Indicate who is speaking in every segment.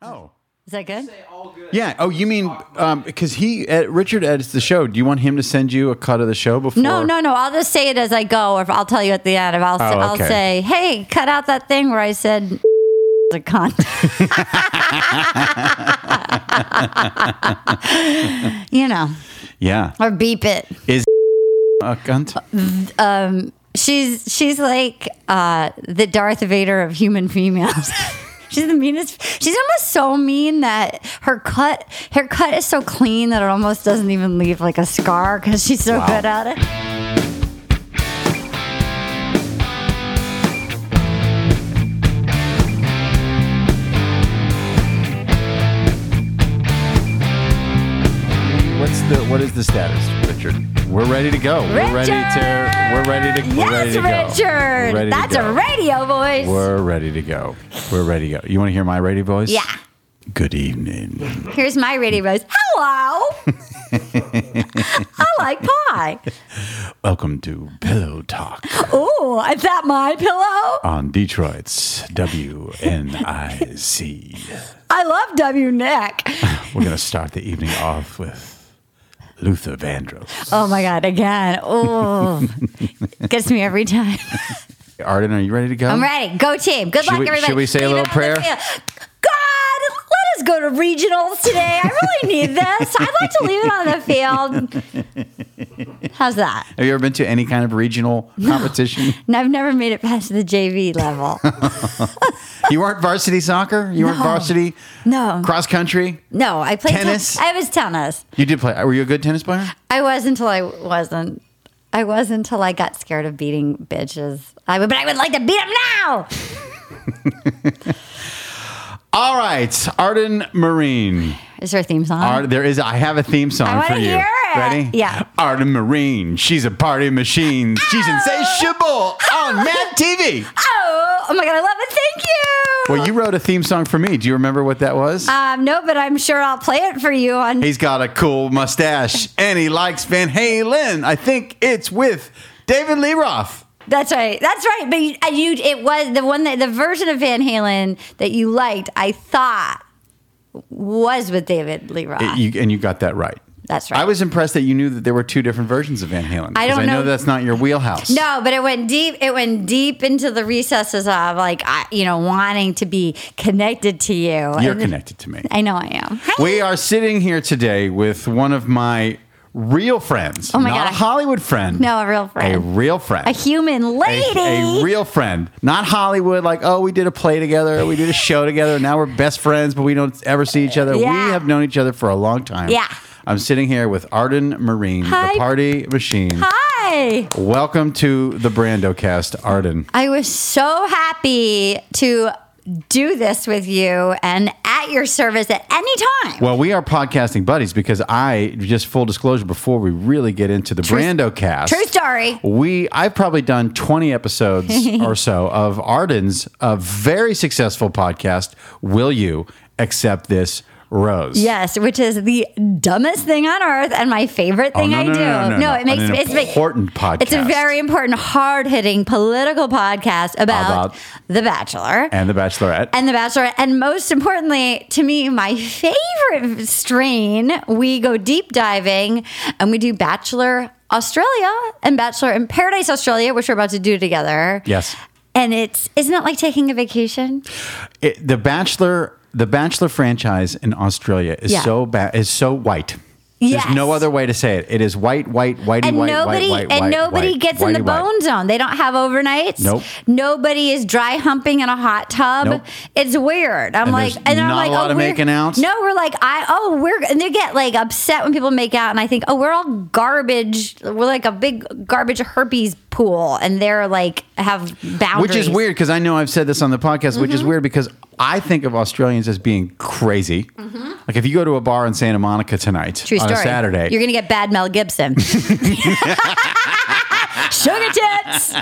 Speaker 1: Oh.
Speaker 2: Is that good?
Speaker 1: Yeah. Oh, you mean because he Ed, Richard edits the show? Do you want him to send you a cut of the show before?
Speaker 2: No, no, no. I'll just say it as I go, or if I'll tell you at the end. If I'll,
Speaker 1: Oh,
Speaker 2: I'll
Speaker 1: okay.
Speaker 2: say, hey, cut out that thing where I said is a cunt. you know,
Speaker 1: Yeah.
Speaker 2: or beep it. Um,
Speaker 1: A cunt.
Speaker 2: She's she's like uh, the Darth Vader of human females. she's the meanest. She's almost so mean that her cut her cut is so clean that it almost doesn't even leave like a scar because she's so
Speaker 1: Wow.
Speaker 2: good at it.
Speaker 1: What's the what is the status, Richard? We're ready to go. We're ready to. We're ready to.
Speaker 2: Yes,
Speaker 1: we're ready to go.
Speaker 2: Richard.
Speaker 1: We're ready to
Speaker 2: That's
Speaker 1: go.
Speaker 2: a radio voice.
Speaker 1: We're ready to go. We're ready to go. You want to hear my radio voice?
Speaker 2: Yeah.
Speaker 1: Good evening.
Speaker 2: Here's my radio voice. Hello. I like pie.
Speaker 1: Welcome to Pillow Talk
Speaker 2: Oh, is that my pillow?
Speaker 1: on Detroit's WNIC.
Speaker 2: I love W Nick.
Speaker 1: We're gonna start the evening off with Luther Vandross.
Speaker 2: Oh my God, again. Oh, gets me every time.
Speaker 1: Arden, are you ready to go?
Speaker 2: I'm ready. Go team. Good
Speaker 1: Should
Speaker 2: luck,
Speaker 1: we-
Speaker 2: everybody.
Speaker 1: should we say a
Speaker 2: Leave
Speaker 1: little
Speaker 2: it on
Speaker 1: prayer?
Speaker 2: the field. God, let us go to regionals today. I really need this. I'd like to leave it on the field. How's that?
Speaker 1: Have you ever been to any kind of regional competition?
Speaker 2: And I've never made it past the JV level.
Speaker 1: you weren't varsity soccer. You weren't
Speaker 2: No.
Speaker 1: varsity
Speaker 2: No.
Speaker 1: cross country.
Speaker 2: No, I played ten-
Speaker 1: Tennis?
Speaker 2: I was tennis.
Speaker 1: You did play. Were you a good tennis player?
Speaker 2: I was until I wasn't. I was until I got scared of beating bitches. I would, but I would like to beat them now.
Speaker 1: All right, Arden Marine.
Speaker 2: Is there a theme song?
Speaker 1: Art, there is. I have a theme song
Speaker 2: I
Speaker 1: for
Speaker 2: wanna
Speaker 1: you.
Speaker 2: hear it.
Speaker 1: Ready?
Speaker 2: Yeah.
Speaker 1: Arden Marine. She's a party machine. She's insatiable on Mad TV.
Speaker 2: oh, oh my god, I love it. Thank you.
Speaker 1: Well, you wrote a theme song for me. Do you remember what that was?
Speaker 2: um, no, but I'm sure I'll play it for you on.
Speaker 1: He's got a cool mustache and he likes Van Halen. I think it's with David Lee Roth.
Speaker 2: That's right. That's right. But you, uh, you, it was the one that the version of Van Halen that you liked. I thought was with David Lee Roth.
Speaker 1: It- you, and you got that right.
Speaker 2: Ah. That's right.
Speaker 1: I was impressed that you knew that there were two different versions of Van Halen.
Speaker 2: I
Speaker 1: 'cause
Speaker 2: don't
Speaker 1: I know,
Speaker 2: know-
Speaker 1: that's not your wheelhouse.
Speaker 2: No, but it went deep. It went deep into the recesses of like, I, you know, wanting to be connected to you.
Speaker 1: You're
Speaker 2: And then-
Speaker 1: connected to me.
Speaker 2: I know I am.
Speaker 1: We are sitting here today with one of my real friends.
Speaker 2: Oh my
Speaker 1: not
Speaker 2: God.
Speaker 1: a Hollywood friend.
Speaker 2: No, a real friend.
Speaker 1: A real friend.
Speaker 2: A human lady.
Speaker 1: A, a real friend, not Hollywood. Like, oh, we did a play together, we did a show together, and now we're best friends, but we don't ever see each other.
Speaker 2: Yeah.
Speaker 1: We have known each other for a long time.
Speaker 2: Yeah.
Speaker 1: I'm sitting here with Arden Marine,
Speaker 2: Hi.
Speaker 1: the party machine.
Speaker 2: Hi.
Speaker 1: Welcome to the Brando Cast, Arden.
Speaker 2: I was so happy to do this with you and at your service at any time.
Speaker 1: Well, we are podcasting buddies because I just full disclosure before we really get into the Brando Cast.
Speaker 2: True story.
Speaker 1: We I've probably done 20 episodes or so of Arden's a very successful podcast, Will You Accept This Rose?
Speaker 2: Yes, which is the dumbest thing on earth and my favorite
Speaker 1: Oh,
Speaker 2: thing
Speaker 1: no,
Speaker 2: I
Speaker 1: no,
Speaker 2: do.
Speaker 1: No, no, no, no.
Speaker 2: it makes
Speaker 1: an
Speaker 2: it's big-
Speaker 1: important podcast.
Speaker 2: It's a very important, hard hitting political podcast about,
Speaker 1: About-
Speaker 2: The Bachelor.
Speaker 1: and The Bachelorette.
Speaker 2: and The Bachelor. And most importantly, to me, my favorite strain, we go deep diving and we do Bachelor Australia and Bachelor in Paradise Australia, which we're about to do together.
Speaker 1: yes,
Speaker 2: And it's isn't it like taking a vacation?
Speaker 1: It- the Bachelor. The Bachelor franchise in Australia is
Speaker 2: Yeah.
Speaker 1: so bad. Is so white.
Speaker 2: Yes.
Speaker 1: There's no other way to say it. It is white, white, whitey,
Speaker 2: And
Speaker 1: white,
Speaker 2: nobody
Speaker 1: white, white,
Speaker 2: and
Speaker 1: white,
Speaker 2: nobody
Speaker 1: white,
Speaker 2: gets in
Speaker 1: whitey,
Speaker 2: the
Speaker 1: white.
Speaker 2: bone zone. They don't have overnights.
Speaker 1: Nope.
Speaker 2: Nobody is dry humping in a hot tub.
Speaker 1: Nope.
Speaker 2: It's weird. I'm
Speaker 1: And
Speaker 2: like,
Speaker 1: there's
Speaker 2: and I'm
Speaker 1: not
Speaker 2: like,
Speaker 1: a lot
Speaker 2: oh,
Speaker 1: of
Speaker 2: we're-
Speaker 1: making out?
Speaker 2: No, we're like, I oh, we're and they get like upset when people make out, and I think, oh, we're all garbage. We're like a big garbage herpes pool, and they're like have boundaries,
Speaker 1: Which is weird because I know I've said this on the podcast, which
Speaker 2: Mm-hmm.
Speaker 1: is weird because I think of Australians as being crazy. Like if you go to a bar in Santa Monica tonight
Speaker 2: Mm-hmm. True
Speaker 1: on
Speaker 2: story.
Speaker 1: a Saturday,
Speaker 2: you're gonna get bad Mel Gibson. Sugar tits.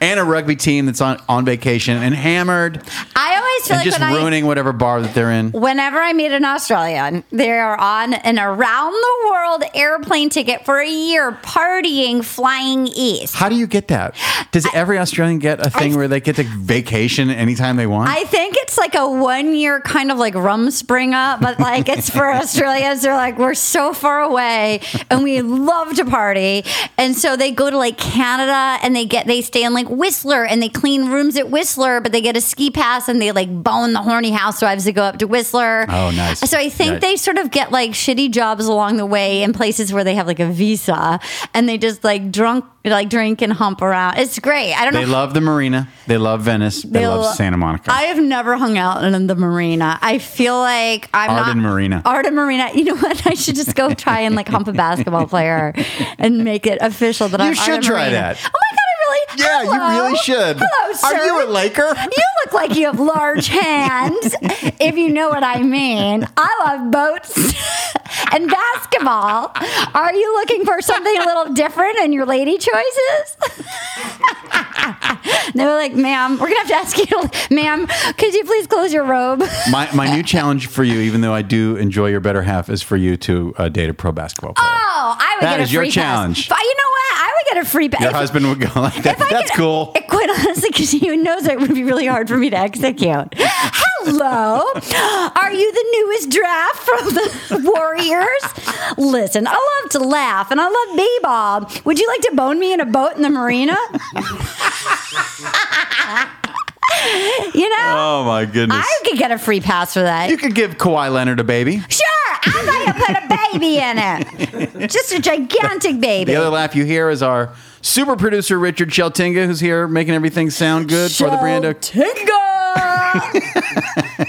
Speaker 1: and a rugby team that's on, on vacation and hammered,
Speaker 2: I always feel
Speaker 1: and
Speaker 2: like
Speaker 1: just
Speaker 2: when I
Speaker 1: ruining whatever bar that they're in.
Speaker 2: Whenever I meet an Australian, they are on an around the world airplane ticket for a year, partying, flying east.
Speaker 1: How do you get that? Does every Australian get a thing where they get to vacation anytime they want?
Speaker 2: I think it's like a one year kind of like rum spring up, but like it's for Australians. They're like, we're so far away and we love to party. And so they go to like Canada and they get, they stay in like Whistler and they clean rooms at Whistler, but they get a ski pass and they like bone the horny housewives that go up to Whistler.
Speaker 1: Oh, nice.
Speaker 2: So I think
Speaker 1: Right.
Speaker 2: they sort of get like shitty jobs along the way in places where they have like a visa and they just like drunk, like drink and hump around. It's great. I don't know
Speaker 1: they love the marina. They love Venice. They,
Speaker 2: Bill,
Speaker 1: love Santa Monica.
Speaker 2: I have never hung out in the marina. I feel like I'm not
Speaker 1: Arden Marina.
Speaker 2: Arden Marina. You know what? I should just go try and like hump a basketball player and make it official that I'm.
Speaker 1: should
Speaker 2: Arden
Speaker 1: try
Speaker 2: Marina.
Speaker 1: that.
Speaker 2: Oh my god! I
Speaker 1: yeah,
Speaker 2: really.
Speaker 1: you
Speaker 2: Hello?
Speaker 1: really should.
Speaker 2: Hello, sir.
Speaker 1: Are you a Laker?
Speaker 2: You look like you have large hands, if you know what I mean. I love boats and basketball. Are you looking for something a little different in your lady choices? they were like, ma'am, we're going to have to ask you, to, ma'am, could you please close your robe?
Speaker 1: My, my new challenge for you, even though I do enjoy your better half, is for you to uh, date a pro basketball player.
Speaker 2: Oh, I would
Speaker 1: That
Speaker 2: get a
Speaker 1: is
Speaker 2: free
Speaker 1: your
Speaker 2: pass.
Speaker 1: challenge.
Speaker 2: But you know what? I would get a free pass.
Speaker 1: Your husband would go like that.
Speaker 2: I
Speaker 1: That's
Speaker 2: could-
Speaker 1: cool.
Speaker 2: It- Quite honestly, because he knows it would be really hard for me to execute. Hello, are you the newest draft from the Warriors? Listen, I love to laugh and I love b-ball. Would you like to bone me in a boat in the marina? you know,
Speaker 1: Oh my goodness.
Speaker 2: I could get a free pass for that.
Speaker 1: you could give Kawhi Leonard a baby.
Speaker 2: sure, I'm gonna put a baby in it, just a gigantic baby.
Speaker 1: The other laugh you hear is our super producer Richard Sheltinga, who's here making everything sound good for the brand. of-
Speaker 2: Tingle. I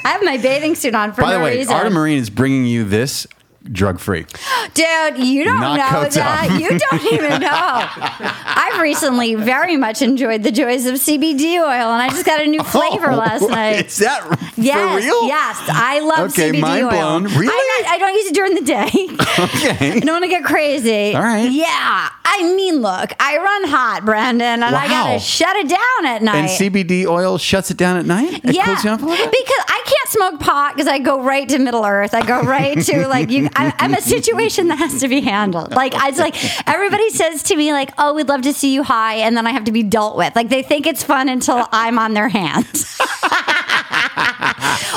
Speaker 2: have my bathing suit on for
Speaker 1: By
Speaker 2: no
Speaker 1: the way,
Speaker 2: reason.
Speaker 1: Arta Marine is bringing you this drug free.
Speaker 2: Dude, you don't
Speaker 1: Not
Speaker 2: know
Speaker 1: coats
Speaker 2: that.
Speaker 1: up.
Speaker 2: You don't even know. I've recently very much enjoyed the joys of CBD oil, and I just got a new flavor last night.
Speaker 1: Is that r-
Speaker 2: Yes,
Speaker 1: Oh, for real?
Speaker 2: yes, I love
Speaker 1: Okay,
Speaker 2: CBD
Speaker 1: mind
Speaker 2: oil.
Speaker 1: blown.
Speaker 2: I'm
Speaker 1: Really?
Speaker 2: not- I don't use it during the day. I
Speaker 1: Okay.
Speaker 2: don't want to get crazy.
Speaker 1: All right.
Speaker 2: Yeah, I mean, look, I run hot, Brandon, and I
Speaker 1: Wow.
Speaker 2: gotta shut it down at night.
Speaker 1: And CBD oil shuts it down at night. It
Speaker 2: yeah,
Speaker 1: cools you up a little bit.
Speaker 2: because I can't smoke pot because I go right to Middle Earth. I go right to like you. I, I'm a situation that has to be handled. Like I it's like everybody says to me like, "Oh, we'd love to see you high," and then I have to be dealt with. Like they think it's fun until I'm on their hands.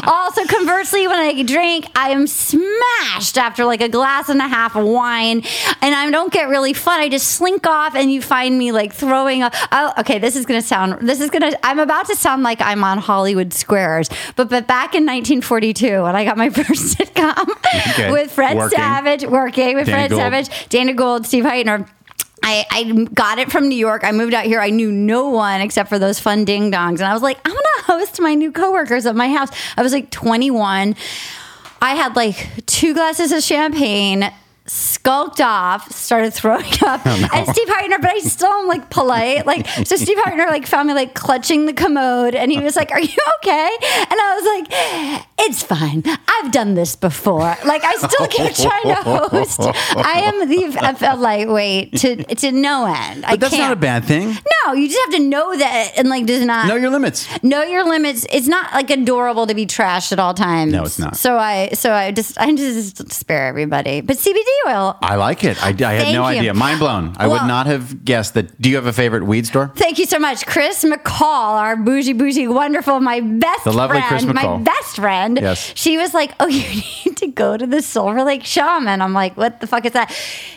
Speaker 2: also, conversely, when I drink, I am smashed after like a glass and a half of wine, and I don't get really fun. I just slink off, and you find me like throwing up. Oh, okay, this is gonna sound. This is gonna. I'm about to sound like I'm on Hollywood Squares, but but back in 1942, when I got my first sitcom
Speaker 1: Okay,
Speaker 2: with Fred
Speaker 1: working.
Speaker 2: Savage, working with
Speaker 1: Danny
Speaker 2: Fred
Speaker 1: Gold.
Speaker 2: Savage. Dana Gold, Steve Heitner. I, I got it from New York. I moved out here. I knew no one except for those fun ding dongs. And I was like, I'm going to host my new coworkers at my house. I was like 21. I had like two glasses of champagne, skulked off, started throwing up.
Speaker 1: Oh,
Speaker 2: And Steve Heitner, but I still am like polite. Like, so Steve Heitner like found me like clutching the commode and he was like, Are you okay? And I was like, It's fine. I've done this before. Like, I still keep trying to host. I am the FL lightweight to, to no end. I
Speaker 1: But that's
Speaker 2: can't.
Speaker 1: not a bad thing.
Speaker 2: No, you just have to know that and like, does not.
Speaker 1: Know your limits.
Speaker 2: Know your limits. It's not like adorable to be trashed at all times.
Speaker 1: No, it's not.
Speaker 2: So I, so I just, I just spare everybody. But CBD oil.
Speaker 1: I like it. I, I had
Speaker 2: Thank
Speaker 1: no
Speaker 2: you.
Speaker 1: idea. Mind blown. I would
Speaker 2: Well-
Speaker 1: not have guessed that. Do you have a favorite weed store?
Speaker 2: Thank you so much, Chris McCall, our bougie, bougie, wonderful, my best
Speaker 1: The lovely
Speaker 2: friend,
Speaker 1: Chris
Speaker 2: my
Speaker 1: McCall.
Speaker 2: best friend.
Speaker 1: Yes.
Speaker 2: She was like, "Oh, you need to go to the Silver Lake Shaman." I'm like, "What the fuck is that?"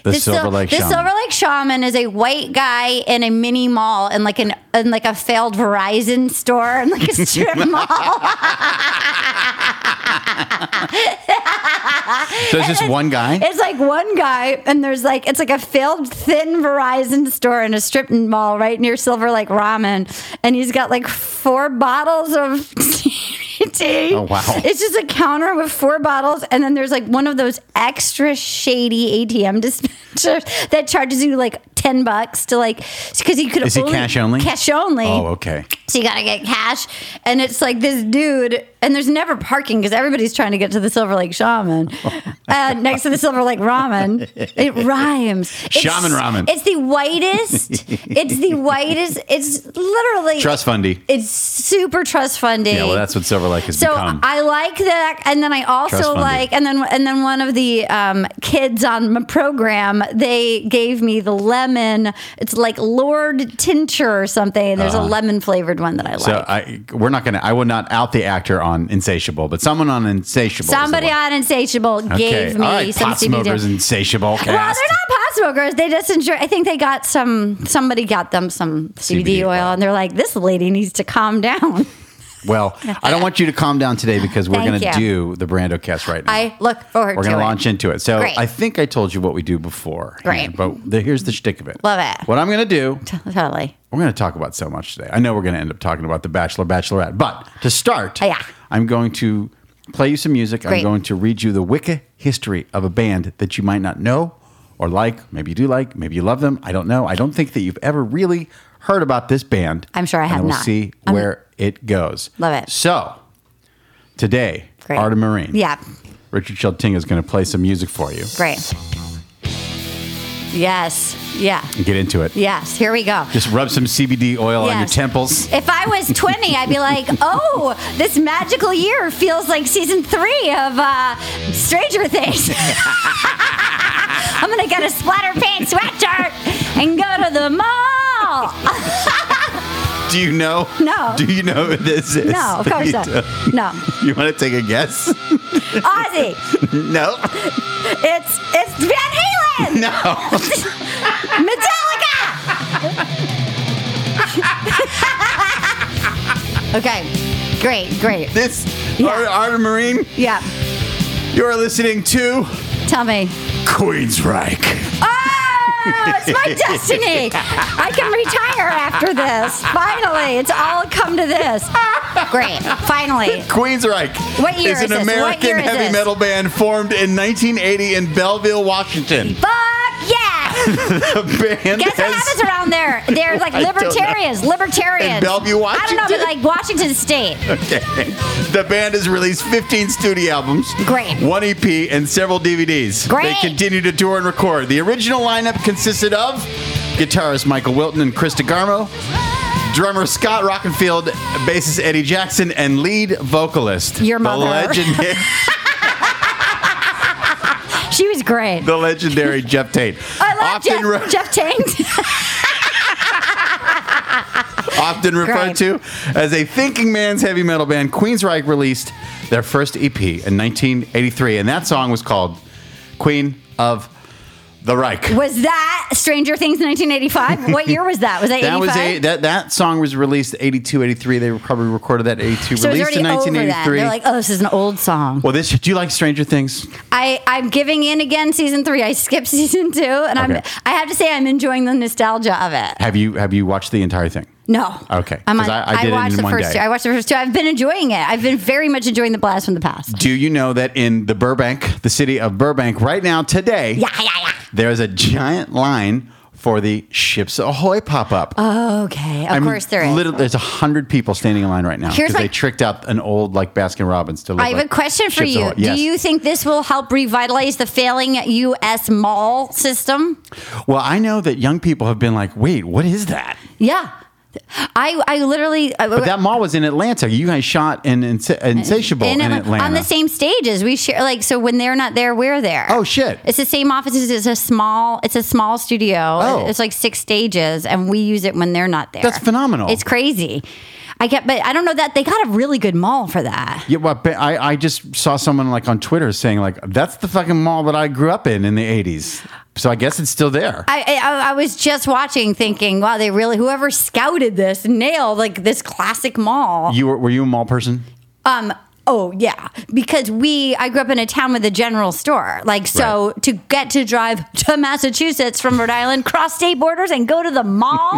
Speaker 1: The Silver Lake
Speaker 2: the
Speaker 1: Shaman.
Speaker 2: Silver Lake Shaman is a white guy in a mini mall in like an in like a failed Verizon store in like a strip mall.
Speaker 1: So it's just one guy.
Speaker 2: It's like one guy, and there's like it's like a failed thin Verizon store in a strip mall right near Silver Lake Ramen, and he's got like four bottles of CBD.
Speaker 1: Oh, wow.
Speaker 2: It's just a counter with four bottles, and then there's like one of those extra shady ATM dispensers. that charges you like ten bucks to like because he could
Speaker 1: Is he cash only?
Speaker 2: cash only
Speaker 1: Oh, okay.
Speaker 2: so you gotta get cash and it's like this dude and there's never parking because everybody's trying to get to the silver lake shaman
Speaker 1: Oh
Speaker 2: uh, next to the silver lake ramen it rhymes It's-
Speaker 1: Shaman ramen.
Speaker 2: it's the whitest it's the whitest it's literally
Speaker 1: Trust fundy.
Speaker 2: it's super trust funding
Speaker 1: Yeah, well, that's what Silver Lake has
Speaker 2: so
Speaker 1: become.
Speaker 2: I like that, and then I
Speaker 1: Trust
Speaker 2: also
Speaker 1: funding.
Speaker 2: like, and then and then one of the um, kids on my program, they gave me the lemon. It's like Lord Tincture or something. And there's a lemon flavored one that I like.
Speaker 1: Uh-huh. so I, we're not gonna. I would not out the actor on Insatiable, but someone on Insatiable. is the
Speaker 2: Somebody
Speaker 1: one.
Speaker 2: on Insatiable gave me
Speaker 1: All right,
Speaker 2: some
Speaker 1: pot
Speaker 2: CBD.
Speaker 1: smokers, Insatiable. Cast.
Speaker 2: well, they're not pot smokers. They just enjoy. I think they got some. Somebody got them some CBD,
Speaker 1: CBD
Speaker 2: oil,
Speaker 1: oil.
Speaker 2: and they're like, "This lady needs to calm down."
Speaker 1: Well, I don't want you to calm down today because we're going
Speaker 2: Thank
Speaker 1: to
Speaker 2: you.
Speaker 1: do the Brando cast right now.
Speaker 2: I look forward
Speaker 1: we're
Speaker 2: to
Speaker 1: going to
Speaker 2: it.
Speaker 1: launch into it. So
Speaker 2: Great.
Speaker 1: I think I told you what we do before.
Speaker 2: Great.
Speaker 1: But the, here's the shtick of it.
Speaker 2: Love it.
Speaker 1: What I'm going to do,
Speaker 2: Totally.
Speaker 1: we're going to talk about so much today. I know we're going to end up talking about The Bachelor, Bachelorette. But to start,
Speaker 2: Oh, Yeah.
Speaker 1: I'm going to play you some music.
Speaker 2: Great.
Speaker 1: I'm going to read you the wiki history of a band that you might not know or like. Maybe you do like. Maybe you love them. I don't know. I don't think that you've ever really heard about this band.
Speaker 2: I'm sure I
Speaker 1: And
Speaker 2: have
Speaker 1: we'll
Speaker 2: not.
Speaker 1: see
Speaker 2: I'm-
Speaker 1: where it goes.
Speaker 2: Love it.
Speaker 1: So today,
Speaker 2: Great.
Speaker 1: Art of Marine.
Speaker 2: Yeah.
Speaker 1: Richard Sheltinga is going to play some music for you.
Speaker 2: Great. Yes. Yeah.
Speaker 1: Get into it.
Speaker 2: Yes. Here we go.
Speaker 1: Just rub some CBD oil on your
Speaker 2: Yes.
Speaker 1: temples.
Speaker 2: If I was 20, I'd be like, oh, this magical year feels like season three of uh, Stranger Things. I'm going to get a splatter paint sweatshirt and go to the mall. Oh,
Speaker 1: Do you know?
Speaker 2: No.
Speaker 1: Do you know who this is?
Speaker 2: No, of course not. No.
Speaker 1: You want to take a guess?
Speaker 2: Ozzy,
Speaker 1: no.
Speaker 2: it's, it's Van Halen,
Speaker 1: No.
Speaker 2: Metallica. okay. Great, great.
Speaker 1: This Art, Art of Marine,
Speaker 2: Yeah.
Speaker 1: you're listening to
Speaker 2: Tell me.
Speaker 1: Queensryche.
Speaker 2: Oh, it's my destiny. I can retire after this. Finally, it's all come to this. Great. Finally.
Speaker 1: Queensryche
Speaker 2: What year
Speaker 1: is
Speaker 2: is
Speaker 1: an
Speaker 2: this? What year
Speaker 1: American
Speaker 2: is
Speaker 1: heavy
Speaker 2: this?
Speaker 1: metal band formed in 1980 in Belleville, Washington.
Speaker 2: Fuck yeah.
Speaker 1: The band
Speaker 2: Guess what
Speaker 1: has-
Speaker 2: happens around there? They're like
Speaker 1: I don't know.
Speaker 2: libertarians. Libertarians.
Speaker 1: In Bellevue,
Speaker 2: I don't
Speaker 1: Washington?
Speaker 2: know, but like Washington State.
Speaker 1: Okay. The band has released 15 studio albums,
Speaker 2: Great.
Speaker 1: one EP, and several DVDs.
Speaker 2: Great.
Speaker 1: They continue to tour and record. The original lineup consisted of guitarist Michael Wilton and Chris DeGarmo, drummer Scott Rockenfield, bassist Eddie Jackson, and lead vocalist
Speaker 2: Your
Speaker 1: the
Speaker 2: mother.
Speaker 1: legendary,
Speaker 2: She was great.
Speaker 1: the legendary Jeff Tate.
Speaker 2: I love
Speaker 1: often
Speaker 2: Jeff,
Speaker 1: re-
Speaker 2: Jeff Tank.
Speaker 1: often referred
Speaker 2: Great.
Speaker 1: to as a thinking man's heavy metal band, Queensryche released their first EP in 1983, and that song was called "Queen of the Reich."
Speaker 2: was that Stranger Things 1985? What year was that? Was that 85?
Speaker 1: That was a that that song was released 82, 83. They probably recorded that 82,
Speaker 2: so it was
Speaker 1: released
Speaker 2: already
Speaker 1: in
Speaker 2: over that.
Speaker 1: 1983.
Speaker 2: They're like, oh, this is an old song.
Speaker 1: well, this do you like Stranger Things?
Speaker 2: I, I'm giving in again season three. I skipped season two, and I'm
Speaker 1: Okay.
Speaker 2: I have to say I'm enjoying the nostalgia of it.
Speaker 1: Have you have you watched the entire thing?
Speaker 2: No,
Speaker 1: Okay,
Speaker 2: I'm
Speaker 1: 'cause
Speaker 2: on,
Speaker 1: I- I did it
Speaker 2: watched
Speaker 1: in
Speaker 2: the
Speaker 1: one
Speaker 2: first
Speaker 1: day.
Speaker 2: two. I watched the first two. I've been enjoying it. I've been very much enjoying the blast from the past.
Speaker 1: Do you know that in the Burbank, the city of Burbank, right now today,
Speaker 2: Yeah, yeah, yeah.
Speaker 1: there is a giant line for the Ships Ahoy pop up.
Speaker 2: Okay, of course there is.
Speaker 1: Literally, there's a hundred people standing in line right now
Speaker 2: Here's
Speaker 1: because
Speaker 2: my-
Speaker 1: they tricked out an old like Baskin Robbins to. Look
Speaker 2: I have
Speaker 1: like
Speaker 2: a question for
Speaker 1: Ships
Speaker 2: you.
Speaker 1: Ahoy. Yes.
Speaker 2: Do you think this will help revitalize the failing U.S. mall system?
Speaker 1: Well, I know that young people have been like, "Wait, what is that?"
Speaker 2: Yeah, I I literally uh,
Speaker 1: But that mall was in Atlanta. You guys shot in Insa- Insatiable in,
Speaker 2: Atla-
Speaker 1: Atlanta.
Speaker 2: on the same stages. We share like so when they're not there, we're there.
Speaker 1: Oh, shit.
Speaker 2: It's the same offices. It's a small. It's a small studio.
Speaker 1: Oh.
Speaker 2: It's like six stages, and we use it when they're not there.
Speaker 1: That's phenomenal.
Speaker 2: It's crazy. I get, but I don't know that they got a really good mall for that.
Speaker 1: Yeah, well, but I, I just saw someone like on Twitter saying like, "That's the fucking mall that I grew up in in the '80s." So I guess it's still there.
Speaker 2: I, I, I was just watching, thinking, wow, they really whoever scouted this nailed like this classic mall.
Speaker 1: you were, were you a mall person?
Speaker 2: Um. Oh yeah, because we I grew up in a town with a general store. Like so,
Speaker 1: Right.
Speaker 2: to get to drive to Massachusetts from Rhode Island, cross state borders, and go to the mall.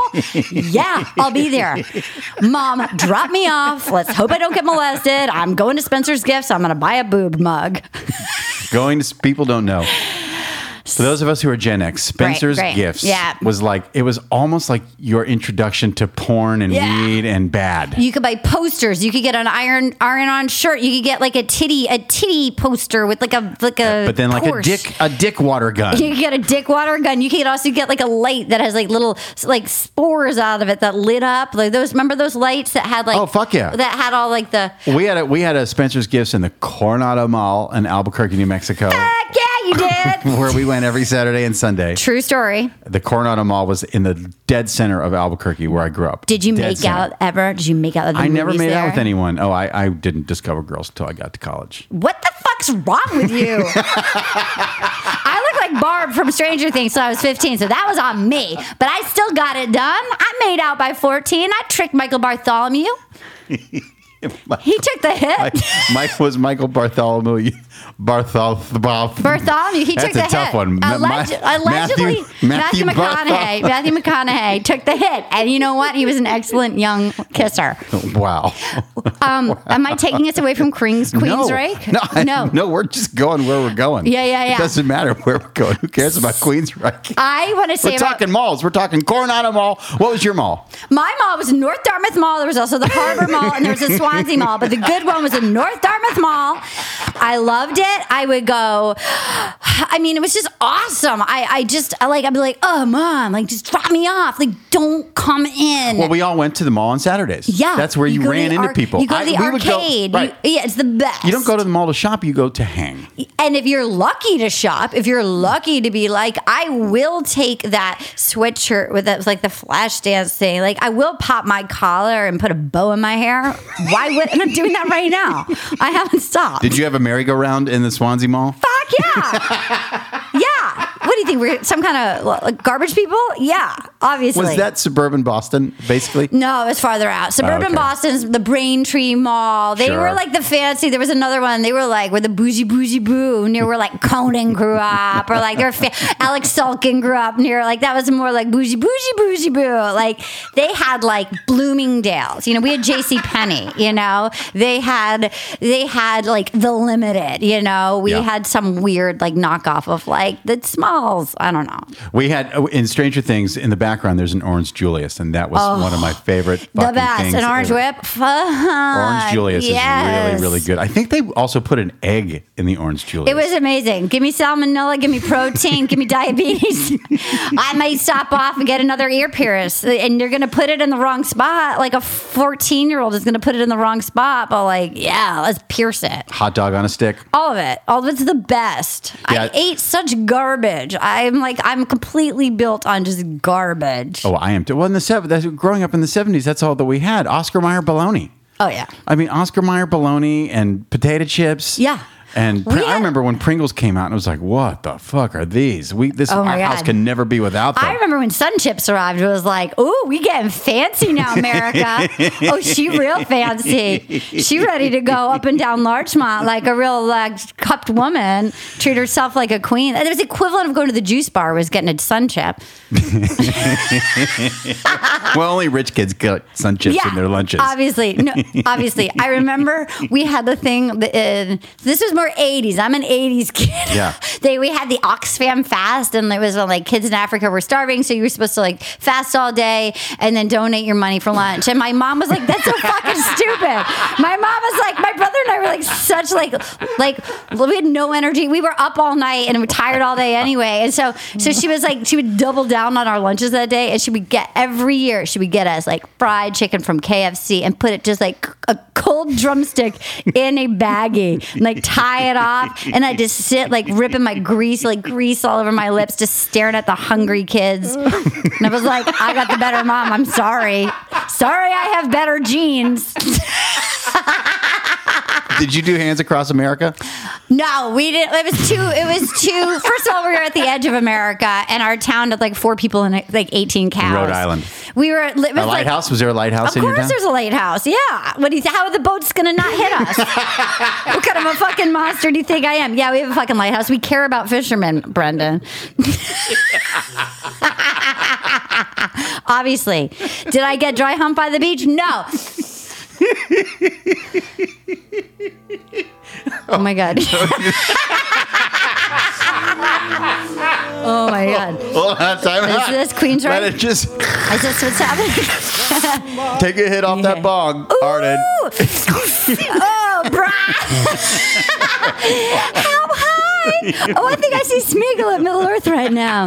Speaker 2: yeah, I'll be there. Mom, drop me off. Let's hope I don't get molested. I'm going to Spencer's Gifts. I'm gonna buy a boob mug.
Speaker 1: Going to people don't know. For those of us who are Gen X, Spencer's
Speaker 2: Right, right.
Speaker 1: Gifts
Speaker 2: Yeah.
Speaker 1: was like it was almost like your introduction to porn and
Speaker 2: Yeah.
Speaker 1: weed and bad.
Speaker 2: You could buy posters. You could get an iron iron on shirt. You could get like a titty a titty poster with like a like a
Speaker 1: but then like
Speaker 2: Porsche.
Speaker 1: a dick a dick water gun.
Speaker 2: You could get a dick water gun. You could also get like a light that has like little like spores out of it that lit up. Like those remember those lights that had like
Speaker 1: Oh, fuck yeah.
Speaker 2: that had all like the
Speaker 1: We had a we had a Spencer's Gifts in the Coronado Mall in Albuquerque, New Mexico,
Speaker 2: Heck yeah, you did.
Speaker 1: where we went every Saturday and Sunday.
Speaker 2: True story.
Speaker 1: The Coronado Mall was in the dead center of Albuquerque, where I grew up.
Speaker 2: Did you
Speaker 1: Dead
Speaker 2: make
Speaker 1: center.
Speaker 2: out ever? Did you make out? With the
Speaker 1: I never
Speaker 2: movies
Speaker 1: made
Speaker 2: there?
Speaker 1: out with anyone. Oh, I, I didn't discover girls until I got to college.
Speaker 2: What the fuck's wrong with you? I look like Barb from Stranger Things till I was 15, so that was on me. But I still got it done. I made out by 14. I tricked Michael Bartholomew. He took the hit.
Speaker 1: Mike, Mike was Michael Bartholomew. Barthol, Barth,
Speaker 2: Bartholomew, he
Speaker 1: That's
Speaker 2: took the
Speaker 1: a tough
Speaker 2: hit.
Speaker 1: one. Ma- Ma-
Speaker 2: Alleg- allegedly,
Speaker 1: Matthew- Matthew
Speaker 2: Matthew, McConaughey,
Speaker 1: Bartholomew.
Speaker 2: Matthew McConaughey took the hit, and you know what? He was an excellent young kisser.
Speaker 1: Wow.
Speaker 2: Um, am I taking us away from Queens,
Speaker 1: no.
Speaker 2: Queensrÿche?
Speaker 1: No, I-
Speaker 2: no,
Speaker 1: no, we're just going where we're going.
Speaker 2: Yeah, yeah,
Speaker 1: It
Speaker 2: yeah.
Speaker 1: doesn't matter where we're going. Who cares about Queensryche?
Speaker 2: I want to say
Speaker 1: We're
Speaker 2: about-
Speaker 1: talking malls. We're talking Coronado Mall. What was your mall?
Speaker 2: My mall was North Dartmouth Mall. There was also the Harbor Mall and there was a Swansea Mall, but the good one was in North Dartmouth Mall. I loved it. I would go. I mean, it was just awesome. I, I just I like I'd be like, oh mom, like just drop me off. Like don't come in.
Speaker 1: Well, we all went to the mall on Saturdays.
Speaker 2: yeah,
Speaker 1: That's where you,
Speaker 2: go to
Speaker 1: ran
Speaker 2: the
Speaker 1: into
Speaker 2: arc-
Speaker 1: people.
Speaker 2: You go to the
Speaker 1: I- we would go-
Speaker 2: arcade. You-
Speaker 1: right.
Speaker 2: yeah, it's the best.
Speaker 1: You don't go to the mall to shop, you go to hang.
Speaker 2: And if you're lucky to shop, if you're lucky to be like, I will take that sweatshirt with that like the flash dance thing. Like I will pop my collar and put a bow in my hair. Why would and I'm doing that right now. I haven't stopped.
Speaker 1: Did you have a merry-go-round in the Swansea Mall?
Speaker 2: Fuck yeah. yeah. What do you think? We're some kind of like, garbage people? Yeah, obviously.
Speaker 1: Was that suburban Boston, basically?
Speaker 2: No, it was farther out. Suburban
Speaker 1: okay.
Speaker 2: Boston's the Braintree Mall. They
Speaker 1: Sure.
Speaker 2: were like the fancy. There was another one. They were like where the bougie bougie boo near where like Conan grew up, or like their fa- Alex Sulkin grew up near. Like that was more like bougie bougie bougie boo. Like they had like Bloomingdale's. You know, we had J.C. Penney. You know, they had they had like the Limited. You know, we
Speaker 1: Yeah.
Speaker 2: had some weird like knockoff of like the Smalls. I don't know.
Speaker 1: We had oh, in Stranger Things in the background. There's an Orange Julius, and that was one of my favorite.
Speaker 2: Oh, The
Speaker 1: fucking
Speaker 2: best,
Speaker 1: things
Speaker 2: an orange
Speaker 1: ever.
Speaker 2: whip. Fun.
Speaker 1: Orange Julius is
Speaker 2: Yes.
Speaker 1: really, really good. I think they also put an egg in the Orange Julius.
Speaker 2: It was amazing. Give me salmonella, give me protein, give me diabetes. I may stop off and get another ear pierce. And you're going to put it in the wrong spot. Like a 14 year old is going to put it in the wrong spot, but like, yeah, let's pierce it.
Speaker 1: hot dog on a stick.
Speaker 2: All of it. All of it's the best.
Speaker 1: Yeah.
Speaker 2: I ate such garbage. I'm like, I'm completely built on just garbage.
Speaker 1: Oh, I am too. Well, in the seven, that's, growing up in the '70s, that's all that we had. Oscar Mayer bologna.
Speaker 2: Oh, yeah.
Speaker 1: I mean, Oscar Mayer bologna and potato chips.
Speaker 2: Yeah.
Speaker 1: And
Speaker 2: We
Speaker 1: Pr- I
Speaker 2: had-
Speaker 1: remember when Pringles came out, and I was like, "What the fuck are these? We this
Speaker 2: Oh my
Speaker 1: our house
Speaker 2: God.
Speaker 1: can never be without them."
Speaker 2: I remember when Sun Chips arrived, it was like, oh, we getting fancy now, America. oh, she real fancy. She ready to go up and down Larchmont like a real like cupped woman, treat herself like a queen. It was equivalent of going to the juice bar was getting a Sun Chip.
Speaker 1: well, only rich kids got sun chips in their lunches.
Speaker 2: Obviously, no, obviously. I remember we had the thing. That, uh, this was more '80s. I'm an '80s kid.
Speaker 1: Yeah.
Speaker 2: they we had the Oxfam fast, and it was when like kids in Africa were starving, so you were supposed to like fast all day and then donate your money for lunch. And my mom was like, "That's so fucking stupid." My mom was like, my brother and I were like such like like we had no energy. We were up all night and we were tired all day anyway. And so so she was like, she would double down on our lunches that day, and she would get every year she would get us like fried chicken from KFC and put it just like a cold drumstick in a baggie, and, like tie it off, and I just sit like ripping my grease, like grease all over my lips, just staring at the hungry kids. And I was like, I got the better mom. I'm sorry, sorry, I have better genes.
Speaker 1: Did you do Hands Across America?
Speaker 2: No, we didn't. It was too. It was too. First of all, we were at the edge of America, and our town had like four people and like eighteen cows.
Speaker 1: Rhode Island.
Speaker 2: We were. It was
Speaker 1: A
Speaker 2: like,
Speaker 1: lighthouse? Was there a lighthouse
Speaker 2: Of
Speaker 1: in your
Speaker 2: course,
Speaker 1: town?
Speaker 2: there's a lighthouse. Yeah. What do you? How are the boats gonna not hit us? what kind of a fucking monster do you think I am? Yeah, we have a fucking lighthouse. We care about fishermen, Brendan. Obviously, did I get dry humped by the beach? No. oh my god. Oh my god.
Speaker 1: Hold on, time
Speaker 2: Is
Speaker 1: out.
Speaker 2: this Queen's
Speaker 1: Let
Speaker 2: right?
Speaker 1: it just
Speaker 2: Is this what's happening?
Speaker 1: take a hit off
Speaker 2: Yeah.
Speaker 1: that bong,
Speaker 2: Ooh.
Speaker 1: Arden.
Speaker 2: oh, brah. How high? Oh, I think I see Smeagol at Middle Earth right now.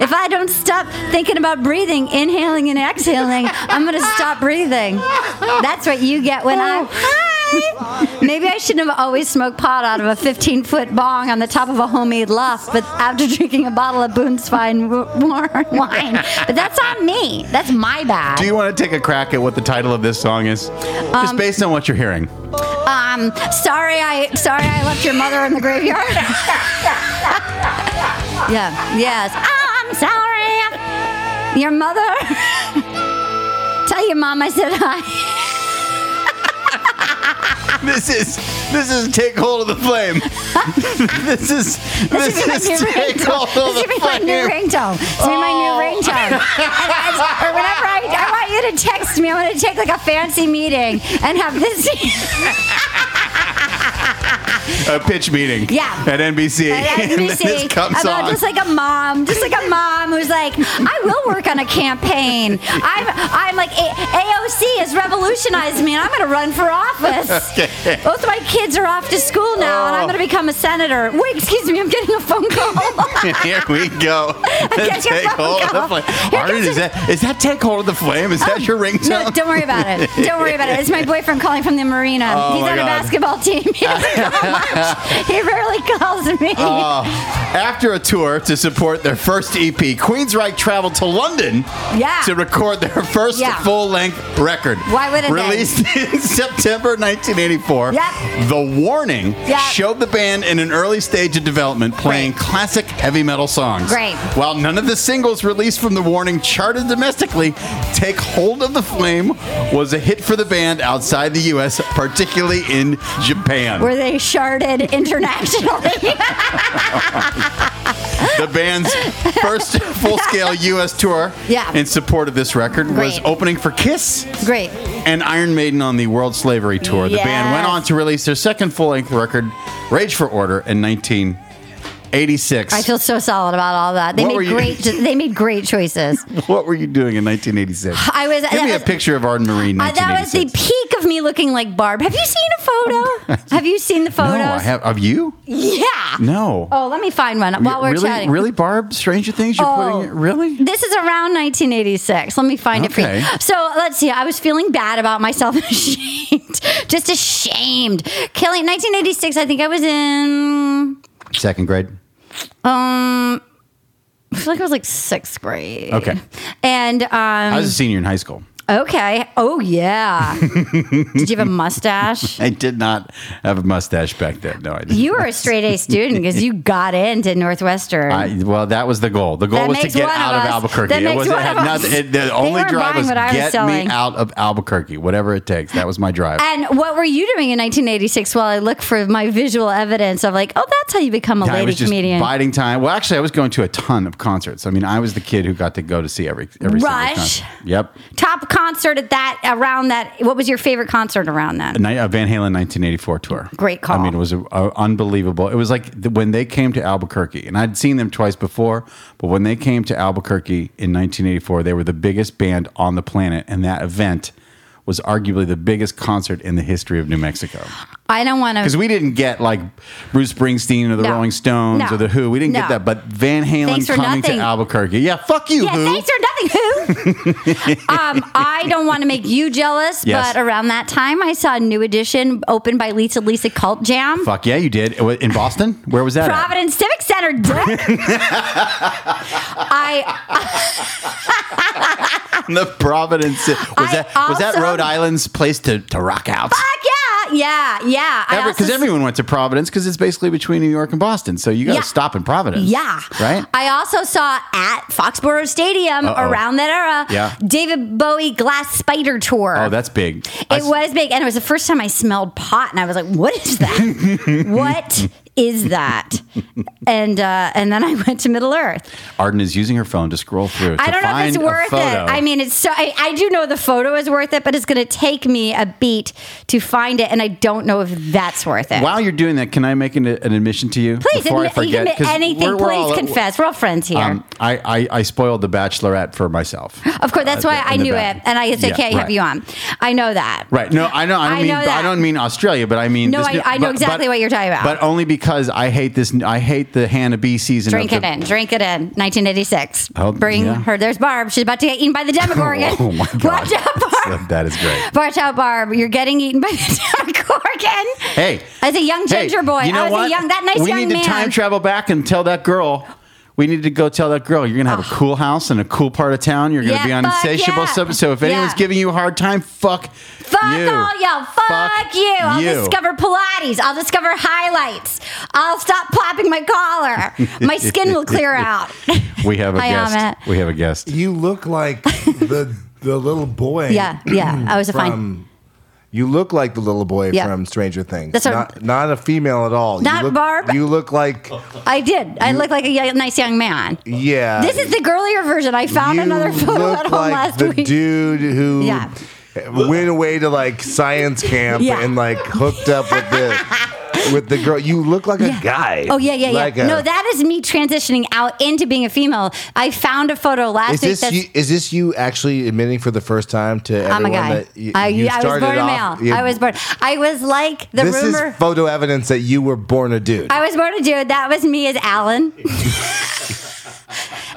Speaker 2: If I don't stop thinking about breathing, inhaling and exhaling, I'm going to stop breathing. That's what you get when I'm high. Maybe I shouldn't have always smoked pot out of a 15 foot bong on the top of a homemade loft, but after drinking a bottle of Boone's fine w- warm wine. But that's not me. That's my bad.
Speaker 1: Do you want to take a crack at what the title of this song is? just based on what you're hearing.
Speaker 2: Um, sorry, I sorry I left your mother in the graveyard. yeah. Yes. I'm sorry. Your mother. Tell your mom I said hi.
Speaker 1: This is this is take hold of the flame. this is this,
Speaker 2: This
Speaker 1: is
Speaker 2: is my new
Speaker 1: take hold
Speaker 2: ringtone.
Speaker 1: of
Speaker 2: This
Speaker 1: the Oh.
Speaker 2: is my
Speaker 1: flame.
Speaker 2: new ringtone. This is my new ringtone. And as- or whenever I, I want you to text me, I want to take like a fancy meeting and have this.
Speaker 1: a pitch meeting.
Speaker 2: Yeah.
Speaker 1: At NBC.
Speaker 2: at
Speaker 1: And then
Speaker 2: NBC
Speaker 1: this comes
Speaker 2: about
Speaker 1: on.
Speaker 2: just like a mom, just like a mom who's like, I will work on a campaign. I'm, I'm like, A- AOC has revolutionized me, and I'm going to run for office. Both my kids are off to school now, and I'm
Speaker 1: Oh.
Speaker 2: going to become a senator. Wait, excuse me, I'm getting a phone call.
Speaker 1: Here we go.
Speaker 2: Get your
Speaker 1: take
Speaker 2: phone
Speaker 1: hold of the
Speaker 2: call.
Speaker 1: flame.
Speaker 2: Here
Speaker 1: Arden,
Speaker 2: comes
Speaker 1: is
Speaker 2: your-
Speaker 1: that is that take hold of the flame? Is that your ringtone?
Speaker 2: Um, No, don't worry about it. Don't worry about it. It's my boyfriend calling from the marina.
Speaker 1: Oh,
Speaker 2: He's
Speaker 1: my
Speaker 2: on a
Speaker 1: God.
Speaker 2: basketball team. He doesn't call much. He rarely calls me.
Speaker 1: Uh, after a tour to support their first E EP, Queensryche traveled to London
Speaker 2: Yeah.
Speaker 1: to record their first
Speaker 2: Yeah.
Speaker 1: full-length record.
Speaker 2: Why wouldn't they?
Speaker 1: Released in September 1984,
Speaker 2: Yep.
Speaker 1: The Warning
Speaker 2: Yep.
Speaker 1: showed the band in an early stage of development playing
Speaker 2: Great.
Speaker 1: classic heavy metal songs.
Speaker 2: Great.
Speaker 1: While none of the singles released from The Warning charted domestically, Take Hold of the Flame was a hit for the band outside the US, particularly in Japan.
Speaker 2: Were they sharded internationally?
Speaker 1: The band's first full-scale U.S. tour
Speaker 2: Yeah.
Speaker 1: in support of this record was
Speaker 2: Great.
Speaker 1: opening for Kiss
Speaker 2: Great.
Speaker 1: and Iron Maiden on the World Slavery Tour. The band went
Speaker 2: Yes.
Speaker 1: on to release their second full-length record, Rage for Order, in 1986.
Speaker 2: I feel so solid about all that. They
Speaker 1: What were
Speaker 2: made
Speaker 1: you-
Speaker 2: great. They made great choices.
Speaker 1: what were you doing in 1986?
Speaker 2: I was.
Speaker 1: Give
Speaker 2: that
Speaker 1: me
Speaker 2: was-
Speaker 1: a picture of Arden Marine.
Speaker 2: uh, that was the
Speaker 1: 1986.
Speaker 2: peak of me looking like Barb. Have you seen a photo? have you seen the photos?
Speaker 1: Oh, No, I have. Of you?
Speaker 2: Yeah.
Speaker 1: No.
Speaker 2: Oh, let me find one while we're
Speaker 1: really,
Speaker 2: chatting.
Speaker 1: really, Barb? Stranger Things? You're
Speaker 2: Oh.
Speaker 1: putting it really?
Speaker 2: This is around 1986. Let me find it
Speaker 1: Okay.
Speaker 2: for you. So let's see. I was feeling bad about myself, ashamed, just ashamed. Killing 1986. I think I was in.
Speaker 1: Second grade.
Speaker 2: Um, I feel like I was like sixth grade.
Speaker 1: Okay.
Speaker 2: And um,
Speaker 1: I was a senior in high school.
Speaker 2: Okay. Oh yeah. Did you have a mustache?
Speaker 1: I did not have a mustache back then. No, I didn't.
Speaker 2: You were a straight A student because you got into Northwestern.
Speaker 1: I, well, that was the goal. The goal
Speaker 2: That
Speaker 1: was to
Speaker 2: makes
Speaker 1: get
Speaker 2: one
Speaker 1: out
Speaker 2: of
Speaker 1: of
Speaker 2: us.
Speaker 1: Albuquerque.
Speaker 2: That
Speaker 1: it
Speaker 2: makes
Speaker 1: was
Speaker 2: one
Speaker 1: it had
Speaker 2: of us.
Speaker 1: nothing. It, the
Speaker 2: They
Speaker 1: only
Speaker 2: weren't
Speaker 1: drive
Speaker 2: buying
Speaker 1: was
Speaker 2: what I was
Speaker 1: get me
Speaker 2: selling.
Speaker 1: out of Albuquerque, whatever it takes. That was my drive.
Speaker 2: and what were you doing in 1986 while I look for my visual evidence of like, oh, that's how you become a
Speaker 1: I
Speaker 2: lady
Speaker 1: was just
Speaker 2: comedian?
Speaker 1: biding time. Well, actually, I was going to a ton of concerts. I mean, I was the kid who got to go to see every every single
Speaker 2: Rush.
Speaker 1: concert. Yep,
Speaker 2: Top concert at that around that. What was your favorite concert around that?
Speaker 1: Night, uh, Van Halen 1984 tour.
Speaker 2: Great call.
Speaker 1: I mean, it was a, a- unbelievable. It was like the, when they came to Albuquerque, and I'd seen them twice before, but when they came to Albuquerque in 1984, they were the biggest band on the planet, and that event was arguably the biggest concert in the history of New Mexico.
Speaker 2: I don't want
Speaker 1: Because
Speaker 2: to.
Speaker 1: we didn't get like Bruce Springsteen or the
Speaker 2: No.
Speaker 1: Rolling Stones
Speaker 2: No.
Speaker 1: or the Who. We didn't
Speaker 2: No.
Speaker 1: get that, but Van Halen
Speaker 2: Thanks for
Speaker 1: coming
Speaker 2: nothing.
Speaker 1: to Albuquerque. Yeah, fuck you,
Speaker 2: Yeah,
Speaker 1: Who.
Speaker 2: thanks for nothing, who? um, I don't want to make you jealous,
Speaker 1: Yes.
Speaker 2: but around that time, I saw a new edition opened by Lisa Lisa Cult Jam.
Speaker 1: Fuck yeah, you did. It wa- In Boston? Where was that? at?
Speaker 2: Providence Civic Center, dick. I
Speaker 1: the Providence. Was
Speaker 2: I
Speaker 1: that was that
Speaker 2: also-
Speaker 1: Rhode Island's place to, to rock out?
Speaker 2: fuck yeah, yeah, yeah. I also
Speaker 1: Because
Speaker 2: s-
Speaker 1: everyone went to Providence because it's basically between New York and Boston, so you got to
Speaker 2: Yeah.
Speaker 1: stop in Providence.
Speaker 2: yeah,
Speaker 1: right.
Speaker 2: I also saw at Foxborough Stadium
Speaker 1: Uh-oh.
Speaker 2: around that era,
Speaker 1: Yeah.
Speaker 2: David Bowie Glass Spider Tour.
Speaker 1: oh, that's big. I
Speaker 2: It
Speaker 1: s-
Speaker 2: was big, and it was the first time I smelled pot, and I was like, "What is that? what is that? and uh, and then I went to Middle Earth.
Speaker 1: Arden is using her phone to scroll through.
Speaker 2: I
Speaker 1: to
Speaker 2: don't know if
Speaker 1: find
Speaker 2: it's
Speaker 1: a
Speaker 2: worth it.
Speaker 1: photo.
Speaker 2: I mean, it's so I, I do know the photo is worth it, but it's going to take me a beat to find it, and I don't know if that's worth it.
Speaker 1: while you're doing that, can I make an, an admission to you?
Speaker 2: Please,
Speaker 1: before I
Speaker 2: admit, you
Speaker 1: forget,
Speaker 2: can admit
Speaker 1: 'Cause
Speaker 2: anything.
Speaker 1: we're- we're
Speaker 2: Please
Speaker 1: all- uh,
Speaker 2: confess. We're all friends here.
Speaker 1: Um, I, I I spoiled the Bachelorette for myself.
Speaker 2: of course, that's
Speaker 1: uh,
Speaker 2: why
Speaker 1: in
Speaker 2: I
Speaker 1: the
Speaker 2: knew
Speaker 1: back.
Speaker 2: it, and I said,
Speaker 1: Yeah,
Speaker 2: "Can't have
Speaker 1: right.
Speaker 2: you on." I know that.
Speaker 1: Right. No, I know. I,
Speaker 2: I
Speaker 1: don't mean,
Speaker 2: know that.
Speaker 1: I don't mean Australia, but I mean.
Speaker 2: No,
Speaker 1: this
Speaker 2: I-
Speaker 1: new-
Speaker 2: I know exactly what you're talking about.
Speaker 1: But only because I hate this. I hate the Hannah B season.
Speaker 2: Drink
Speaker 1: of
Speaker 2: it
Speaker 1: the,
Speaker 2: in. Drink it in. 1986.
Speaker 1: Oh,
Speaker 2: Bring
Speaker 1: yeah.
Speaker 2: her. There's Barb. She's about to get eaten by the Demogorgon.
Speaker 1: Oh, my God.
Speaker 2: Watch out, Barb.
Speaker 1: that is great.
Speaker 2: Watch out, Barb. You're getting eaten by the Demogorgon.
Speaker 1: Hey,
Speaker 2: As a young
Speaker 1: hey,
Speaker 2: ginger boy,
Speaker 1: you know
Speaker 2: I was
Speaker 1: what?
Speaker 2: a young that nice
Speaker 1: we
Speaker 2: young
Speaker 1: need
Speaker 2: man.
Speaker 1: to time travel back and tell that girl. We need to go tell that girl you're gonna have a cool house in a cool part of town. You're gonna
Speaker 2: Ah. Yeah,
Speaker 1: be on
Speaker 2: fuck
Speaker 1: insatiable.
Speaker 2: yeah.
Speaker 1: sub- So if anyone's
Speaker 2: Yeah.
Speaker 1: giving you a hard time, fuck,
Speaker 2: Fuck
Speaker 1: you.
Speaker 2: all y'all. Fuck, you. I'll
Speaker 1: you.
Speaker 2: discover Pilates. I'll discover highlights. I'll stop popping my collar. My skin will clear out.
Speaker 1: We have a
Speaker 2: I am
Speaker 1: guest.
Speaker 2: it.
Speaker 1: We have a guest.
Speaker 3: You look like the the little boy.
Speaker 2: yeah, yeah. I was a fine.
Speaker 3: From, you look like the little boy
Speaker 2: Yeah.
Speaker 3: from Stranger Things.
Speaker 2: That's our-
Speaker 3: not, not a female at all.
Speaker 2: Not
Speaker 3: you look,
Speaker 2: Barb.
Speaker 3: You look like
Speaker 2: I did. I look like a young, nice young man.
Speaker 3: yeah.
Speaker 2: This is the girlier version. I found
Speaker 3: you
Speaker 2: another photo
Speaker 3: look
Speaker 2: at home
Speaker 3: like
Speaker 2: last
Speaker 3: the
Speaker 2: week.
Speaker 3: dude who
Speaker 2: Yeah.
Speaker 3: went away to like science camp
Speaker 2: Yeah.
Speaker 3: and like hooked up with the with the girl. You look like a guy.
Speaker 2: Oh yeah, yeah, yeah.
Speaker 3: Like a-
Speaker 2: no, that is me transitioning out into being a female. I found a photo last
Speaker 3: Is
Speaker 2: week.
Speaker 3: this
Speaker 2: that's-
Speaker 3: you, is this you actually admitting for the first time to
Speaker 2: I'm a
Speaker 3: everyone
Speaker 2: guy.
Speaker 3: that you,
Speaker 2: I,
Speaker 3: you
Speaker 2: I was
Speaker 3: started
Speaker 2: born
Speaker 3: off,
Speaker 2: a male.
Speaker 3: you-
Speaker 2: I was born. I was like the
Speaker 3: this
Speaker 2: rumor.
Speaker 3: is photo evidence that you were born a dude.
Speaker 2: I was born a dude. That was me as Alan.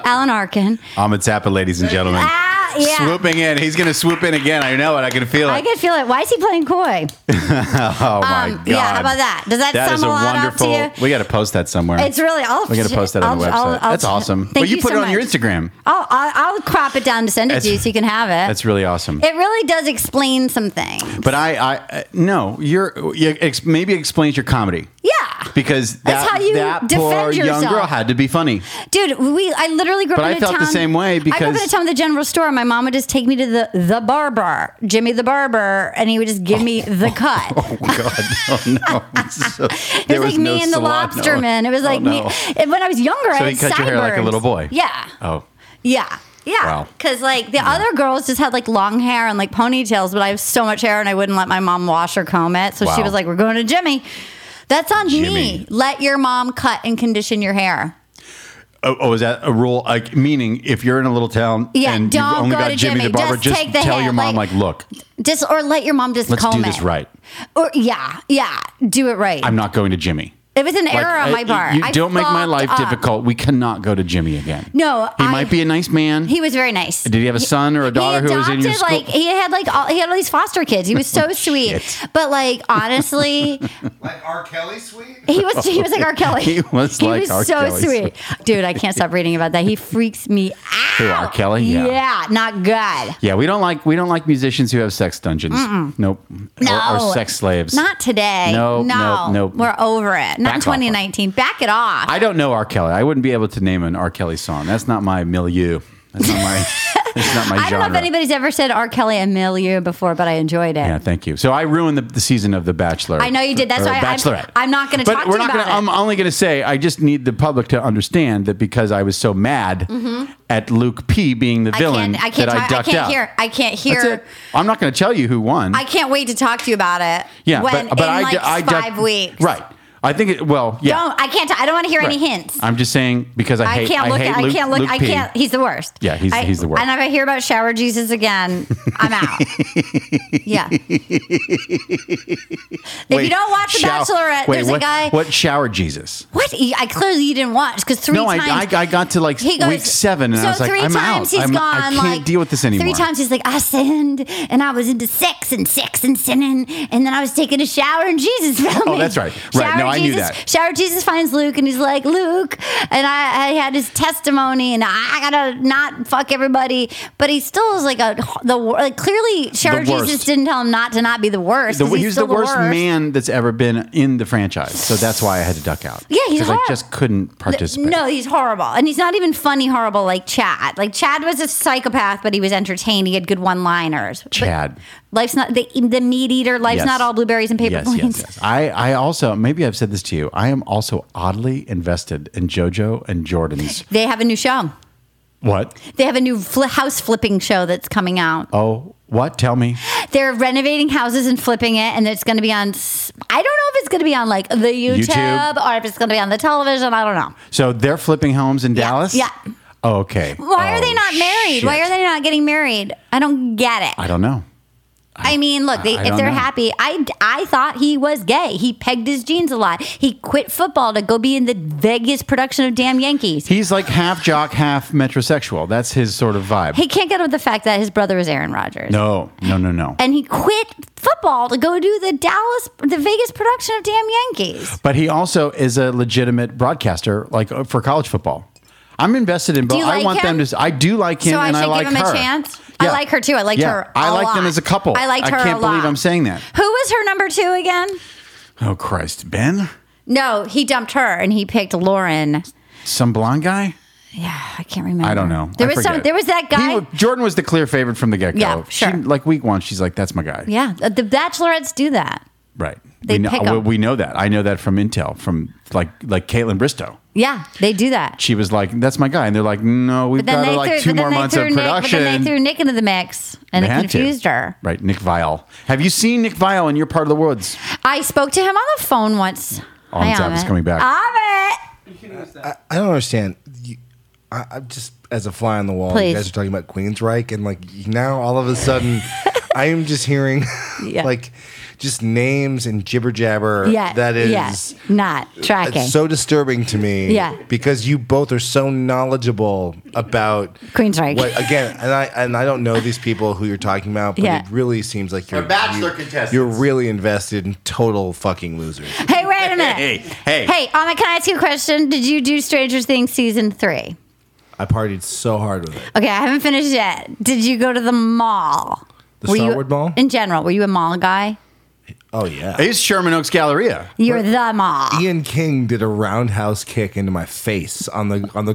Speaker 2: Alan Arkin.
Speaker 1: Ahmed Zappa, ladies and gentlemen.
Speaker 2: Ah, yeah.
Speaker 1: Swooping in. He's going to swoop in again. I know it. I can feel it.
Speaker 2: I can feel it. Why is he playing coy?
Speaker 1: oh, my God.
Speaker 2: um, yeah, how about that? Does that
Speaker 1: That is
Speaker 2: sum
Speaker 1: a
Speaker 2: a lot up to
Speaker 1: wonderful.
Speaker 2: you?
Speaker 1: We got to post that somewhere.
Speaker 2: It's really. I'll,
Speaker 1: we got to post that on the website.
Speaker 2: I'll- I'll-
Speaker 1: that's
Speaker 2: I'll-
Speaker 1: awesome.
Speaker 2: Thank
Speaker 1: but you, put
Speaker 2: so
Speaker 1: it on your
Speaker 2: much.
Speaker 1: Instagram.
Speaker 2: I'll, I'll, I'll crop it down to send it to
Speaker 1: That's-
Speaker 2: you so you can have it.
Speaker 1: That's really awesome.
Speaker 2: it really does explain something.
Speaker 1: but I, I uh, no, you're you ex, maybe it explains your comedy
Speaker 2: Yeah.
Speaker 1: because that,
Speaker 2: That's how you
Speaker 1: that
Speaker 2: defend
Speaker 1: poor young
Speaker 2: yourself.
Speaker 1: girl had to be funny.
Speaker 2: Dude, we I literally grew
Speaker 1: But
Speaker 2: up
Speaker 1: I
Speaker 2: in a
Speaker 1: felt the
Speaker 2: town.
Speaker 1: same way
Speaker 2: I grew up in a
Speaker 1: because-
Speaker 2: town with a general store. My mom would just take me to the the barber, Jimmy the barber, and he would just give me the cut.
Speaker 1: Oh God, oh no! So,
Speaker 2: It was like me and the lobsterman. It
Speaker 1: Oh,
Speaker 2: was like me. And when I was younger, I
Speaker 1: So he
Speaker 2: had
Speaker 1: cut your
Speaker 2: sideburns.
Speaker 1: hair like a little boy.
Speaker 2: Yeah.
Speaker 1: Oh,
Speaker 2: Yeah. Yeah.
Speaker 1: Wow.
Speaker 2: Because like the other girls just had like long hair and like ponytails, but I have so much hair and I wouldn't let my mom wash or comb it. So she
Speaker 1: Wow.
Speaker 2: was like, "We're going to Jimmy." That's on me.
Speaker 1: Jimmy.
Speaker 2: Let your mom cut and condition your hair.
Speaker 1: Oh, oh, is that a rule? Like, meaning, if you're in a little town
Speaker 2: Yeah,
Speaker 1: and you've
Speaker 2: don't
Speaker 1: only
Speaker 2: go
Speaker 1: got
Speaker 2: to
Speaker 1: Jimmy,
Speaker 2: Jimmy.
Speaker 1: the barber,
Speaker 2: Just
Speaker 1: just,
Speaker 2: take the
Speaker 1: tell
Speaker 2: hit,
Speaker 1: your mom,
Speaker 2: like-
Speaker 1: like, look,
Speaker 2: Just or let your mom just
Speaker 1: let's
Speaker 2: comb
Speaker 1: do
Speaker 2: it.
Speaker 1: this right.
Speaker 2: Or yeah, yeah, do it right.
Speaker 1: I'm not going to Jimmy.
Speaker 2: it was an
Speaker 1: Like,
Speaker 2: error on
Speaker 1: I-
Speaker 2: my part.
Speaker 1: You
Speaker 2: I
Speaker 1: don't make my
Speaker 2: fucked
Speaker 1: life
Speaker 2: up.
Speaker 1: difficult. We cannot go to Jimmy again.
Speaker 2: No,
Speaker 1: he
Speaker 2: I-
Speaker 1: might be a nice man.
Speaker 2: He was very nice.
Speaker 1: Did he have a son or a daughter
Speaker 2: he
Speaker 1: who was in your
Speaker 2: adopted,
Speaker 1: school?
Speaker 2: Like he had like all, he had all these foster kids. He was so sweet,
Speaker 1: Shit.
Speaker 2: but like honestly,
Speaker 3: Like R. Kelly sweet?
Speaker 2: he was he was like R. Kelly.
Speaker 1: He was like
Speaker 2: was
Speaker 1: R.
Speaker 2: so
Speaker 1: Kelly.
Speaker 2: sweet, dude. I can't stop reading about that. He freaks me out.
Speaker 1: Who, R. Kelly? Yeah.
Speaker 2: yeah, not good.
Speaker 1: yeah, we don't like we don't like musicians who have sex dungeons. Nope. Or-
Speaker 2: No,
Speaker 1: Or, sex slaves.
Speaker 2: Not today.
Speaker 1: No,
Speaker 2: no,
Speaker 1: no, no.
Speaker 2: We're over it.
Speaker 1: Back
Speaker 2: Not in
Speaker 1: off.
Speaker 2: 2019. Back it off.
Speaker 1: I don't know R. Kelly. I wouldn't be able to name an R. Kelly song. That's not my milieu. That's not my. that's not my
Speaker 2: I
Speaker 1: genre.
Speaker 2: don't know if anybody's ever said R. Kelly a milieu before, but I enjoyed it.
Speaker 1: Yeah, thank you. So I ruined the, the season of The Bachelor.
Speaker 2: I know you did. That's
Speaker 1: or
Speaker 2: why I- I'm-
Speaker 1: Bachelorette.
Speaker 2: I'm not gonna
Speaker 1: But
Speaker 2: talk to
Speaker 1: we're
Speaker 2: you
Speaker 1: not
Speaker 2: about
Speaker 1: gonna-
Speaker 2: it.
Speaker 1: I'm only going to say I just need the public to understand that because I was so mad at Luke P being the
Speaker 2: Mm-hmm. I
Speaker 1: villain
Speaker 2: can't. I
Speaker 1: that
Speaker 2: can't.
Speaker 1: I
Speaker 2: talk- I,
Speaker 1: ducked
Speaker 2: can't
Speaker 1: out.
Speaker 2: hear. I can't hear.
Speaker 1: That's it. I'm not going to tell you who won.
Speaker 2: I can't wait to talk to you about it.
Speaker 1: yeah,
Speaker 2: when,
Speaker 1: but, but
Speaker 2: in
Speaker 1: I,
Speaker 2: like
Speaker 1: du- I ducked-
Speaker 2: five weeks.
Speaker 1: Right. I think it. Well, yeah.
Speaker 2: Don't. I can't. I I don't want to hear any
Speaker 1: Right.
Speaker 2: hints.
Speaker 1: I'm just saying because I
Speaker 2: I
Speaker 1: hate.
Speaker 2: can't look
Speaker 1: hate
Speaker 2: at.
Speaker 1: Luke,
Speaker 2: I can't look.
Speaker 1: Luke
Speaker 2: I
Speaker 1: P.
Speaker 2: can't. He's the worst.
Speaker 1: Yeah, he's-
Speaker 2: I,
Speaker 1: he's the worst.
Speaker 2: And if I hear about shower Jesus again, I'm out. yeah. If you
Speaker 1: Wait,
Speaker 2: don't watch The
Speaker 1: shower-
Speaker 2: Bachelorette,
Speaker 1: wait,
Speaker 2: there's
Speaker 1: what,
Speaker 2: a guy.
Speaker 1: What shower Jesus?
Speaker 2: What? He- I clearly you didn't watch because three
Speaker 1: No, I, I,
Speaker 2: times.
Speaker 1: I got to like
Speaker 2: he goes,
Speaker 1: week seven and
Speaker 2: so
Speaker 1: I was like,
Speaker 2: three
Speaker 1: I'm
Speaker 2: times
Speaker 1: out.
Speaker 2: He's
Speaker 1: I'm,
Speaker 2: gone,
Speaker 1: I can't
Speaker 2: like,
Speaker 1: deal with this anymore.
Speaker 2: Three times he's like, I sinned and I was into sex and sex and sinning, and then I was taking a shower and Jesus found
Speaker 1: Oh,
Speaker 2: me.
Speaker 1: that's right. Right.
Speaker 2: Shower
Speaker 1: No, I knew
Speaker 2: Jesus,
Speaker 1: that.
Speaker 2: Shower Jesus finds Luke and he's like, Luke, and I, I had his testimony and I gotta not fuck everybody, but he still is like a the wor- like clearly Shower
Speaker 1: worst.
Speaker 2: Jesus didn't tell him not to not be the worst.
Speaker 1: The,
Speaker 2: 'cause he's
Speaker 1: he's
Speaker 2: still
Speaker 1: the worst, man that's ever been in the franchise, so that's why I had to duck out.
Speaker 2: Yeah, he's
Speaker 1: because I
Speaker 2: hard.
Speaker 1: just couldn't participate.
Speaker 2: No, he's horrible. And he's not even funny horrible like Chad. Like Chad was a psychopath, but he was entertaining. He had good one-liners.
Speaker 1: Chad.
Speaker 2: Life's not the the meat eater. Life's
Speaker 1: Yes.
Speaker 2: not all blueberries and paper
Speaker 1: Yes,
Speaker 2: planes.
Speaker 1: yes, yes. I, I also maybe I've said said this to you. I am also oddly invested in JoJo and Jordan's.
Speaker 2: They have a new show.
Speaker 1: What?
Speaker 2: They have a new fl- house flipping show that's coming out.
Speaker 1: Oh, what? Tell me.
Speaker 2: They're renovating houses and flipping it, and it's going to be on. s- I don't know if it's going to be on like the YouTube,
Speaker 1: YouTube.
Speaker 2: or if it's going to be on the television. I don't know.
Speaker 1: So they're flipping homes in Dallas?
Speaker 2: yeah.
Speaker 1: Oh, okay.
Speaker 2: Why are
Speaker 1: Oh,
Speaker 2: they not married? Why
Speaker 1: shit.
Speaker 2: are they not getting married? I don't get it.
Speaker 1: I don't know.
Speaker 2: I mean, look, they,
Speaker 1: I
Speaker 2: if
Speaker 1: don't
Speaker 2: they're
Speaker 1: know.
Speaker 2: happy, I, I thought he was gay. He pegged his jeans a lot. He quit football to go be in the Vegas production of Damn Yankees. He,
Speaker 1: He's like half jock, half metrosexual. That's his sort of vibe.
Speaker 2: can't get over the fact that his brother is Aaron Rodgers.
Speaker 1: No, no, no, no.
Speaker 2: And he quit football to go do the Dallas, the Vegas production of Damn Yankees.
Speaker 1: But he also is a legitimate broadcaster, like uh, for college football. I'm invested in both.
Speaker 2: you
Speaker 1: I
Speaker 2: like
Speaker 1: want
Speaker 2: him?
Speaker 1: them to. I do like him,
Speaker 2: So I
Speaker 1: and I
Speaker 2: should
Speaker 1: like
Speaker 2: give him
Speaker 1: her.
Speaker 2: a chance. I like her too. I liked
Speaker 1: Yeah.
Speaker 2: her. I
Speaker 1: I like them as a couple.
Speaker 2: I liked her.
Speaker 1: I can't
Speaker 2: a lot.
Speaker 1: believe I'm saying that.
Speaker 2: Who was her number two again?
Speaker 1: Oh Christ, Ben,
Speaker 2: No, he dumped her and he picked Lauren.
Speaker 1: some blonde guy.
Speaker 2: Yeah, I can't remember.
Speaker 1: I don't know.
Speaker 2: Mm-hmm. There
Speaker 1: I
Speaker 2: was some.
Speaker 1: forget.
Speaker 2: There was that
Speaker 1: He
Speaker 2: guy.
Speaker 1: wa- Jordan was the clear favorite from the get go.
Speaker 2: Yeah, sure.
Speaker 1: like week one, she's like, "That's my guy."
Speaker 2: yeah, the Bachelorettes do that.
Speaker 1: Right.
Speaker 2: They
Speaker 1: we, know,
Speaker 2: pick 'em.
Speaker 1: well, we know that. I know that from intel, from like like Caitlin Bristow.
Speaker 2: Yeah, they do that.
Speaker 1: She was like, "That's my guy," and they're like, "No, we've got like two
Speaker 2: but then
Speaker 1: more
Speaker 2: they
Speaker 1: months
Speaker 2: threw
Speaker 1: of production."
Speaker 2: Nick, but then they threw Nick into the mix, and
Speaker 1: They
Speaker 2: it
Speaker 1: had to.
Speaker 2: confused her.
Speaker 1: Right, Nick Vile. Have you seen Nick Vile in your part of the woods?
Speaker 2: I spoke to him on the phone once.
Speaker 1: Oh, I'm
Speaker 2: Hi,
Speaker 1: sorry, it's
Speaker 2: Amit.
Speaker 1: coming back.
Speaker 2: Amit!
Speaker 4: I don't understand. You, I, I'm just as a fly on the wall.
Speaker 2: Please.
Speaker 4: You guys are talking about Queensryche, and like now all of a sudden, I am just hearing
Speaker 2: Yeah.
Speaker 4: like just names and jibber jabber.
Speaker 2: Yeah,
Speaker 4: that is.
Speaker 2: yeah, not tracking.
Speaker 4: It's so disturbing to me.
Speaker 2: Yeah.
Speaker 4: Because you both are so knowledgeable about
Speaker 2: Queensryche.
Speaker 4: What, again, and I and I don't know these people who you're talking about, but
Speaker 2: Yeah.
Speaker 4: it really seems like you're
Speaker 1: bachelor
Speaker 4: you-
Speaker 1: contestants.
Speaker 4: You're really invested in total fucking losers.
Speaker 2: hey, wait a minute.
Speaker 1: Hey, hey.
Speaker 2: hey, Amit, can I ask you a question? Did you do Stranger Things season three?
Speaker 4: I partied so hard with it.
Speaker 2: Okay, I haven't finished yet. Did you go to the mall?
Speaker 4: The
Speaker 2: Were you-
Speaker 4: Starwood Mall?
Speaker 2: In general, were you a mall guy?
Speaker 4: Oh yeah.
Speaker 1: It's Sherman Oaks Galleria.
Speaker 2: You're the mall.
Speaker 4: Ian King did a roundhouse kick into my face on the on the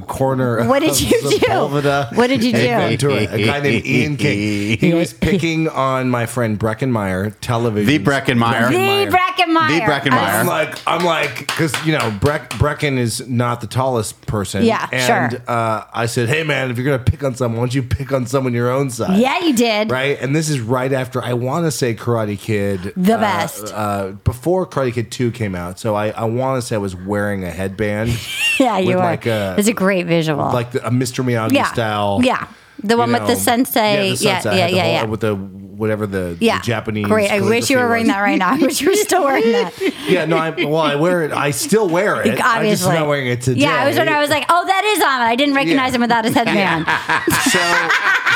Speaker 4: corner.
Speaker 2: What
Speaker 4: of
Speaker 2: did you do?
Speaker 4: Sepulveda
Speaker 2: What did you
Speaker 4: and
Speaker 2: do?
Speaker 4: Ventura. a guy named Ian King. He was picking on my friend Breckenmeyer television.
Speaker 1: The Breckenmeyer.
Speaker 2: the Brackenmeyer.
Speaker 1: The Brackenmeyer.
Speaker 4: I'm like, I'm like, because you know, Breck, Brecken is not the tallest person.
Speaker 2: Yeah,
Speaker 4: and,
Speaker 2: sure.
Speaker 4: Uh, I said, hey man, if you're gonna pick on someone, why don't you pick on someone your own size?
Speaker 2: Yeah, you did.
Speaker 4: Right, and this is right after I want to say Karate Kid,
Speaker 2: The
Speaker 4: uh,
Speaker 2: best.
Speaker 4: uh, before Karate Kid Two came out. So I, I want to say I was wearing a headband,
Speaker 2: Yeah, you
Speaker 4: with
Speaker 2: were.
Speaker 4: like a-
Speaker 2: it's a great visual.
Speaker 4: like the, a Mr. Miyagi
Speaker 2: yeah.
Speaker 4: style.
Speaker 2: Yeah. The
Speaker 4: you
Speaker 2: one with
Speaker 4: know.
Speaker 2: the sensei.
Speaker 4: Yeah, the sensei. I
Speaker 2: Yeah, yeah,
Speaker 4: had the
Speaker 2: yeah.
Speaker 4: whole-
Speaker 2: yeah.
Speaker 4: With the whatever the, the
Speaker 2: yeah.
Speaker 4: Japanese.
Speaker 2: Great. I wish you were
Speaker 4: calligraphy
Speaker 2: wearing
Speaker 4: was.
Speaker 2: that right now. I wish you were still wearing that.
Speaker 4: Yeah, no, I, well, I wear it. I still wear it. I'm just
Speaker 2: Obviously.
Speaker 4: not wearing it today.
Speaker 2: Yeah, I was when I was like, oh, that is on. I didn't recognize
Speaker 4: Yeah.
Speaker 2: him without his headband.
Speaker 4: So,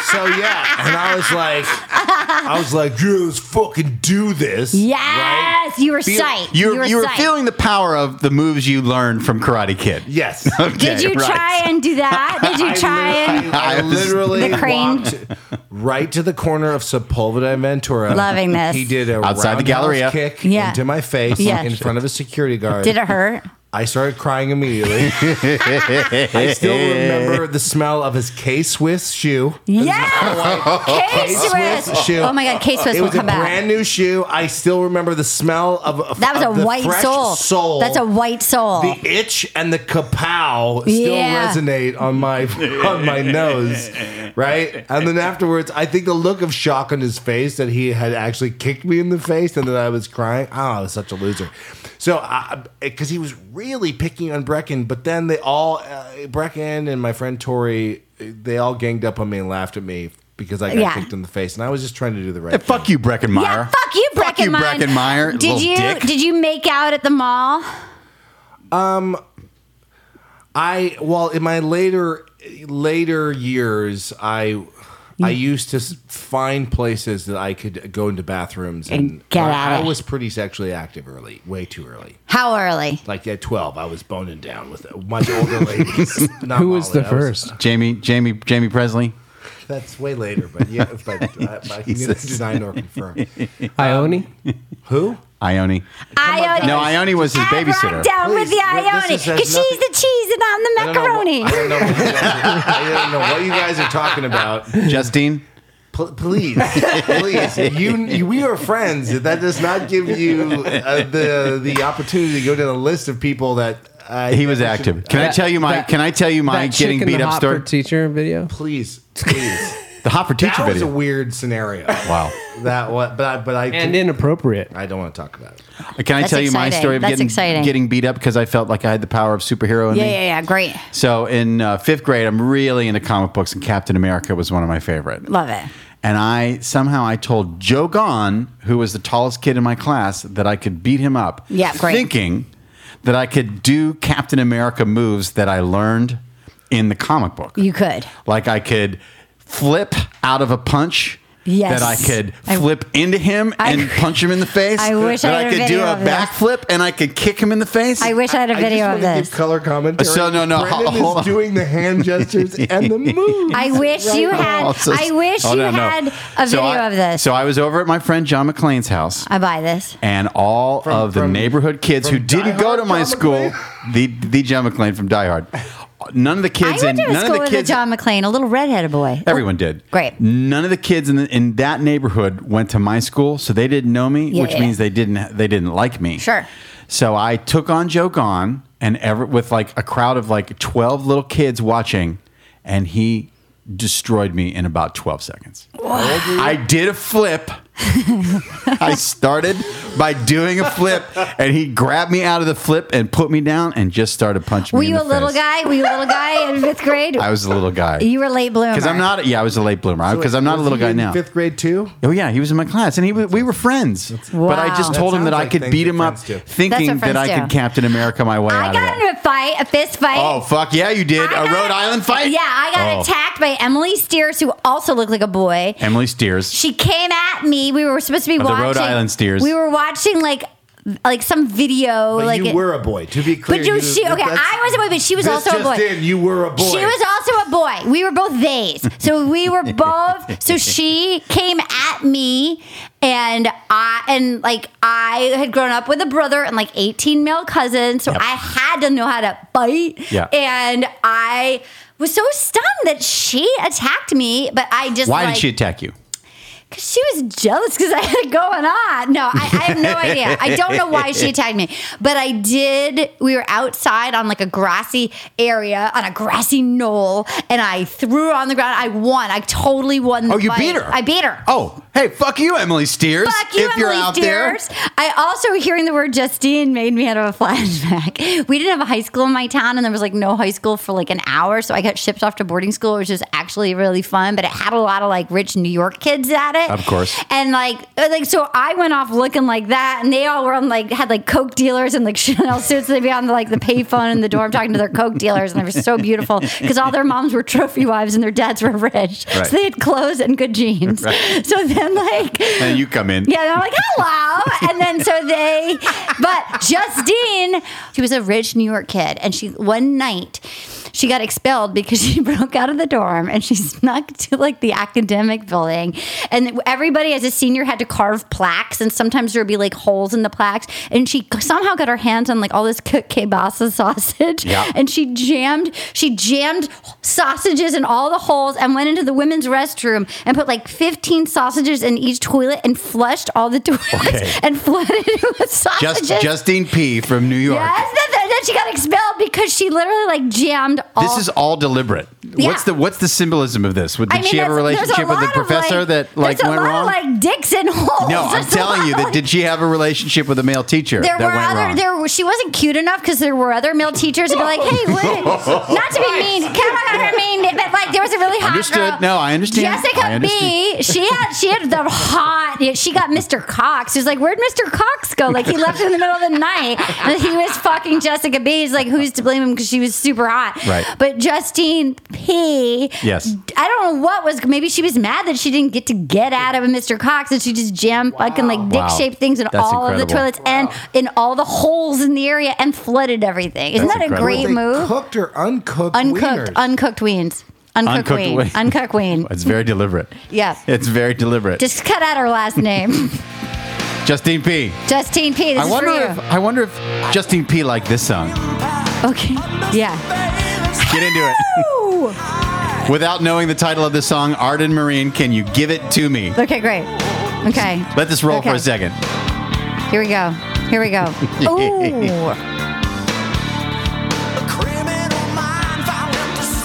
Speaker 4: so yeah, and I was like, I was like, yeah, let's fucking do this. right?
Speaker 2: Yes. You were psyched.
Speaker 1: You,
Speaker 2: you were
Speaker 1: you were
Speaker 2: psyched.
Speaker 1: feeling the power of the moves you learned from Karate Kid.
Speaker 4: Yes.
Speaker 2: Did you try and do that? Did you try and?
Speaker 4: I,
Speaker 1: was-
Speaker 4: literally
Speaker 2: The crane.
Speaker 4: walked right to the corner of Sepulveda and Ventura.
Speaker 2: Loving this.
Speaker 4: He did a
Speaker 1: Outside the
Speaker 4: roundhouse
Speaker 1: Galleria.
Speaker 4: kick
Speaker 2: Yeah.
Speaker 4: into my face
Speaker 2: Yeah.
Speaker 4: in front of a security guard.
Speaker 2: Did it hurt?
Speaker 4: I started crying immediately. I still remember the smell of his K Swiss shoe.
Speaker 2: Yes. K
Speaker 4: Swiss
Speaker 2: Swiss.
Speaker 4: shoe.
Speaker 2: Oh my God, K Swiss
Speaker 4: It
Speaker 2: will
Speaker 4: was a
Speaker 2: come back.
Speaker 4: brand new shoe. I still remember the smell of, of
Speaker 2: that was a
Speaker 4: of the
Speaker 2: white
Speaker 4: fresh
Speaker 2: soul.
Speaker 4: Soul.
Speaker 2: That's a white soul.
Speaker 4: the itch and the kapow still
Speaker 2: Yeah.
Speaker 4: resonate on my on my nose, right? And then afterwards, I think the look of shock on his face that he had actually kicked me in the face and that I was crying. Oh, I was such a loser. So, because he was really picking on Brecken, but then they all uh, Brecken and my friend Tori, they all ganged up on me and laughed at me because I got
Speaker 2: Yeah.
Speaker 4: kicked in the face, and I was just trying to do the right.
Speaker 1: Eh,
Speaker 4: thing.
Speaker 1: Fuck you, Breckenmeyer.
Speaker 2: yeah, fuck you,
Speaker 1: Fuck you,
Speaker 2: Breckenmeyer.
Speaker 1: Breckenmeyer,
Speaker 2: Did
Speaker 1: little
Speaker 2: you
Speaker 1: dick.
Speaker 2: did you make out at the mall?
Speaker 4: I well in my later later years I I
Speaker 5: Mm.
Speaker 4: used to s- find places that I could go into bathrooms and,
Speaker 2: And get at
Speaker 4: I, I
Speaker 2: it.
Speaker 4: was pretty sexually active early, way too early.
Speaker 2: How early?
Speaker 4: Like at twelve, I was boning down with uh, much older ladies. Not
Speaker 6: Oh,
Speaker 5: Who was
Speaker 4: Molly,
Speaker 5: the
Speaker 4: I
Speaker 5: first?
Speaker 1: Jamie, Jamie, Jamie Presley.
Speaker 4: that's way later, but yeah, but uh, I, I can neither deny nor confirm.
Speaker 6: um,
Speaker 5: Ione?
Speaker 4: Who?
Speaker 1: Ione.
Speaker 2: Ione.
Speaker 1: No, Ione was his
Speaker 2: Ab
Speaker 1: babysitter.
Speaker 2: rock down with
Speaker 4: Please,
Speaker 2: the
Speaker 4: wait, this
Speaker 2: Ione
Speaker 4: is- has
Speaker 2: because she's
Speaker 4: nothing-
Speaker 2: the cheese and I'm the
Speaker 4: I don't know what-
Speaker 2: macaroni.
Speaker 4: I don't know what you guys are- I don't know what you guys are talking about.
Speaker 1: Justine.
Speaker 4: P- please, please, you, you, we are friends. That does not give you uh, the the opportunity to go down a list of people that I
Speaker 1: He was active. Can I
Speaker 5: That-
Speaker 1: tell you my?
Speaker 5: that-
Speaker 1: can I tell you my
Speaker 5: that chick
Speaker 1: getting
Speaker 5: in the
Speaker 1: beat up
Speaker 5: hot
Speaker 1: story?
Speaker 5: for teacher video.
Speaker 4: Please, please.
Speaker 1: the hot for
Speaker 4: that
Speaker 1: teacher
Speaker 4: was
Speaker 1: video.
Speaker 4: a weird scenario.
Speaker 1: wow.
Speaker 4: That what? But I, but I
Speaker 5: And inappropriate.
Speaker 4: I don't want to talk about it.
Speaker 1: Can I
Speaker 2: That's
Speaker 1: tell you my
Speaker 2: exciting.
Speaker 1: story of
Speaker 2: That's
Speaker 1: getting
Speaker 2: exciting.
Speaker 1: getting beat up because I felt like I had the power of superhero in
Speaker 2: Yeah,
Speaker 1: me?
Speaker 2: yeah, yeah. Great.
Speaker 1: So in uh, fifth grade, I'm really into comic books, and Captain America was one of my favorite.
Speaker 2: Love it.
Speaker 1: And I somehow I told Joe Gon, who was the tallest kid in my class, that I could beat him up.
Speaker 2: Yeah, great.
Speaker 1: Thinking that I could do Captain America moves that I learned in the comic book.
Speaker 2: You could.
Speaker 1: Like I could flip out of a punch.
Speaker 2: Yes.
Speaker 1: That I could
Speaker 2: I-
Speaker 1: flip into him
Speaker 2: I-
Speaker 1: and punch him in the face.
Speaker 2: I wish
Speaker 1: that
Speaker 2: I had a
Speaker 1: could do
Speaker 2: video
Speaker 1: a
Speaker 2: of this.
Speaker 1: backflip and I could kick him in the face.
Speaker 2: I wish I had a video
Speaker 4: I
Speaker 2: of
Speaker 4: just want to give
Speaker 2: this.
Speaker 4: color commentary.
Speaker 1: So, no, no,
Speaker 4: Brandon
Speaker 1: ho- hold
Speaker 4: is
Speaker 1: on.
Speaker 4: doing the hand gestures and the moves.
Speaker 2: I wish you had.
Speaker 1: Also-
Speaker 2: I wish
Speaker 1: Oh,
Speaker 2: you
Speaker 1: no, no.
Speaker 2: had a
Speaker 1: So
Speaker 2: video
Speaker 1: I-
Speaker 2: of this.
Speaker 1: So I was over at my friend John McClane's house.
Speaker 2: I buy this.
Speaker 1: and all
Speaker 4: From-
Speaker 1: of the
Speaker 4: from-
Speaker 1: neighborhood kids who
Speaker 4: from Die
Speaker 1: didn't go
Speaker 4: Hard,
Speaker 1: to my
Speaker 4: John
Speaker 1: school, the the John McClane from Die Hard, none of the
Speaker 2: I
Speaker 1: kids in
Speaker 2: went to a
Speaker 1: none of
Speaker 2: school
Speaker 1: the
Speaker 2: with a
Speaker 1: kids.
Speaker 2: John McClane, a little redheaded boy.
Speaker 1: Everyone did.
Speaker 2: Great.
Speaker 1: None of the kids in, the, in that neighborhood went to my school, so they didn't know me,
Speaker 2: Yeah,
Speaker 1: which
Speaker 2: yeah.
Speaker 1: means they didn't they didn't like me.
Speaker 2: Sure.
Speaker 1: So I took on Joke on and ever with like a crowd of like twelve little kids watching, and he destroyed me in about twelve seconds. I did a flip. I started by doing a flip, and he grabbed me out of the flip and put me down and just started punching
Speaker 2: Were
Speaker 1: me. in
Speaker 2: you a
Speaker 1: the
Speaker 2: little
Speaker 1: face.
Speaker 2: guy? Were you a little guy in fifth grade?
Speaker 1: I was a little guy.
Speaker 2: you were late bloomer.
Speaker 1: Because I'm not. Yeah, I was a late bloomer. Because I'm not a
Speaker 4: Was
Speaker 1: little
Speaker 4: he
Speaker 1: guy
Speaker 4: in
Speaker 1: now.
Speaker 4: Fifth grade too.
Speaker 1: Oh yeah, he was in my class, and he was, we were friends. But I just
Speaker 2: Wow.
Speaker 1: told
Speaker 4: That
Speaker 1: him that
Speaker 4: sounds
Speaker 1: I
Speaker 4: like
Speaker 1: could
Speaker 4: things
Speaker 1: beat
Speaker 4: that
Speaker 1: him up,
Speaker 4: friends do.
Speaker 1: thinking
Speaker 2: That's what
Speaker 1: that I
Speaker 2: friends
Speaker 1: could
Speaker 2: do.
Speaker 1: Captain America my way
Speaker 2: I
Speaker 1: out of
Speaker 2: got
Speaker 1: that.
Speaker 2: into a fight, a fist fight.
Speaker 1: Oh fuck yeah, you did
Speaker 2: I
Speaker 1: a
Speaker 2: got-
Speaker 1: Rhode Island fight.
Speaker 2: Yeah, I got
Speaker 1: Oh.
Speaker 2: attacked by Emily Steers, who also looked like a boy.
Speaker 1: Emily Steers.
Speaker 2: She came at me. We were supposed to be
Speaker 1: the
Speaker 2: watching
Speaker 1: Rhode Island Steers.
Speaker 2: We were watching like like some video.
Speaker 4: But
Speaker 2: like
Speaker 4: you
Speaker 2: it-
Speaker 4: were a boy. To be clear,
Speaker 2: But you, she, okay,
Speaker 4: that's-
Speaker 2: I was a boy, but she was
Speaker 4: this
Speaker 2: also a
Speaker 4: just
Speaker 2: boy.
Speaker 4: in, you were a boy.
Speaker 2: She was also a boy. We were both theys. So we were both so she came at me and I and like I had grown up with a brother and like 18 male cousins. So I had to know how to fight.
Speaker 1: Yeah.
Speaker 2: And I was so stunned that she attacked me, but I just
Speaker 1: Why
Speaker 2: like,
Speaker 1: did she attack you?
Speaker 2: Cause she was jealous because I had it going on. No, I, I have no idea. I don't know why she attacked me, but I did. We were outside on like a grassy area on a grassy knoll, and I threw her on the ground. I won. I totally won. The
Speaker 1: Oh, you
Speaker 2: fight.
Speaker 1: beat her.
Speaker 2: I beat her.
Speaker 1: Oh hey, fuck you, Emily Steers.
Speaker 2: Fuck you,
Speaker 1: if you're
Speaker 2: Emily
Speaker 1: out
Speaker 2: Steers.
Speaker 1: there.
Speaker 2: I also hearing the word Justine made me have a flashback. We didn't have a high school in my town, and there was like no high school for like an hour, so I got shipped off to boarding school, which was actually really fun. But it had a lot of like rich New York kids at it,
Speaker 1: Of course.
Speaker 2: And like, uh, like so, I went off looking like that, and they all were on like had like coke dealers and like Chanel suits. They'd be on like the payphone in the dorm talking to their coke dealers, and they were so beautiful because all their moms were trophy wives and their dads were rich,
Speaker 1: Right.
Speaker 2: so they had clothes and good jeans. So then like.
Speaker 1: And you come in.
Speaker 2: Yeah, and I'm like, hello. And then so they, but Justine, she was a rich New York kid. And she, one night, she got expelled because she broke out of the dorm and she snuck to like the academic building. And everybody as a senior had to carve plaques. And sometimes there would be like holes in the plaques. And she somehow got her hands on like all this cooked kielbasa sausage.
Speaker 1: Yeah.
Speaker 2: And she jammed, she jammed sausages in all the holes and went into the women's restroom and put like 15 sausages in each toilet and flushed all the toilets
Speaker 1: Okay.
Speaker 2: and flooded it with sausages.
Speaker 1: Just Justine P from New York.
Speaker 2: yes, and then, then she got expelled because she literally like jammed all.
Speaker 1: This is all deliberate. What's the what's the symbolism of this? Did
Speaker 2: I mean,
Speaker 1: she have a
Speaker 2: that's- there's
Speaker 1: relationship with the
Speaker 2: lot of,
Speaker 1: professor that like
Speaker 2: there's
Speaker 1: went
Speaker 2: a lot
Speaker 1: wrong?
Speaker 2: Of, like dicks and holes.
Speaker 1: no, I'm
Speaker 2: There's a
Speaker 1: telling
Speaker 2: lot
Speaker 1: you
Speaker 2: of,
Speaker 1: that
Speaker 2: like-
Speaker 1: did she have a relationship with a male teacher
Speaker 2: There
Speaker 1: that
Speaker 2: were
Speaker 1: went
Speaker 2: other.
Speaker 1: wrong?
Speaker 2: There were- she wasn't cute enough because there were other male teachers that were like, "Hey, what? not to be mean, Carol got her mean, but like there was a really hot
Speaker 1: Understood.
Speaker 2: girl.
Speaker 1: No, I understand.
Speaker 2: Jessica
Speaker 1: I understand.
Speaker 2: B. She had she had the hot. yeah, She got Mr. Cox. She was like, "Where'd Mr. Cox go? Like he left in the middle of the night. And he was fucking Jessica B. He's like, who's to blame him because she was super hot.
Speaker 1: Right.
Speaker 2: But Justine P.
Speaker 1: Yes.
Speaker 2: I don't know what was. Maybe she was mad that she didn't get to get out of Mr. Cox, and she just jammed fucking like dick shaped things in
Speaker 1: That's
Speaker 2: all of the
Speaker 1: incredible.
Speaker 2: toilets and in all the holes in the area and flooded everything. Isn't
Speaker 1: That's
Speaker 2: that
Speaker 1: incredible.
Speaker 2: a great
Speaker 4: They
Speaker 2: move?
Speaker 4: Cooked or uncooked?
Speaker 2: Uncooked,
Speaker 4: wieners.
Speaker 2: uncooked weens. Uncooked,
Speaker 1: Uncooked
Speaker 2: ween.
Speaker 1: ween.
Speaker 2: Uncooked ween.
Speaker 1: It's very deliberate.
Speaker 2: Yeah.
Speaker 1: It's very deliberate.
Speaker 2: Just cut out her last name.
Speaker 1: Justine P.
Speaker 2: Justine P. This
Speaker 1: I
Speaker 2: is
Speaker 1: wonder
Speaker 2: for you.
Speaker 1: if I wonder if Justine P liked this song.
Speaker 2: okay. Yeah.
Speaker 1: Get into it.
Speaker 2: Ooh.
Speaker 1: Without knowing the title of the song, Arden Marine, can you give it to me?
Speaker 2: Okay, great. Okay.
Speaker 1: Let this roll for
Speaker 2: Okay.
Speaker 1: a second.
Speaker 2: Here we go. Here we go. Ooh.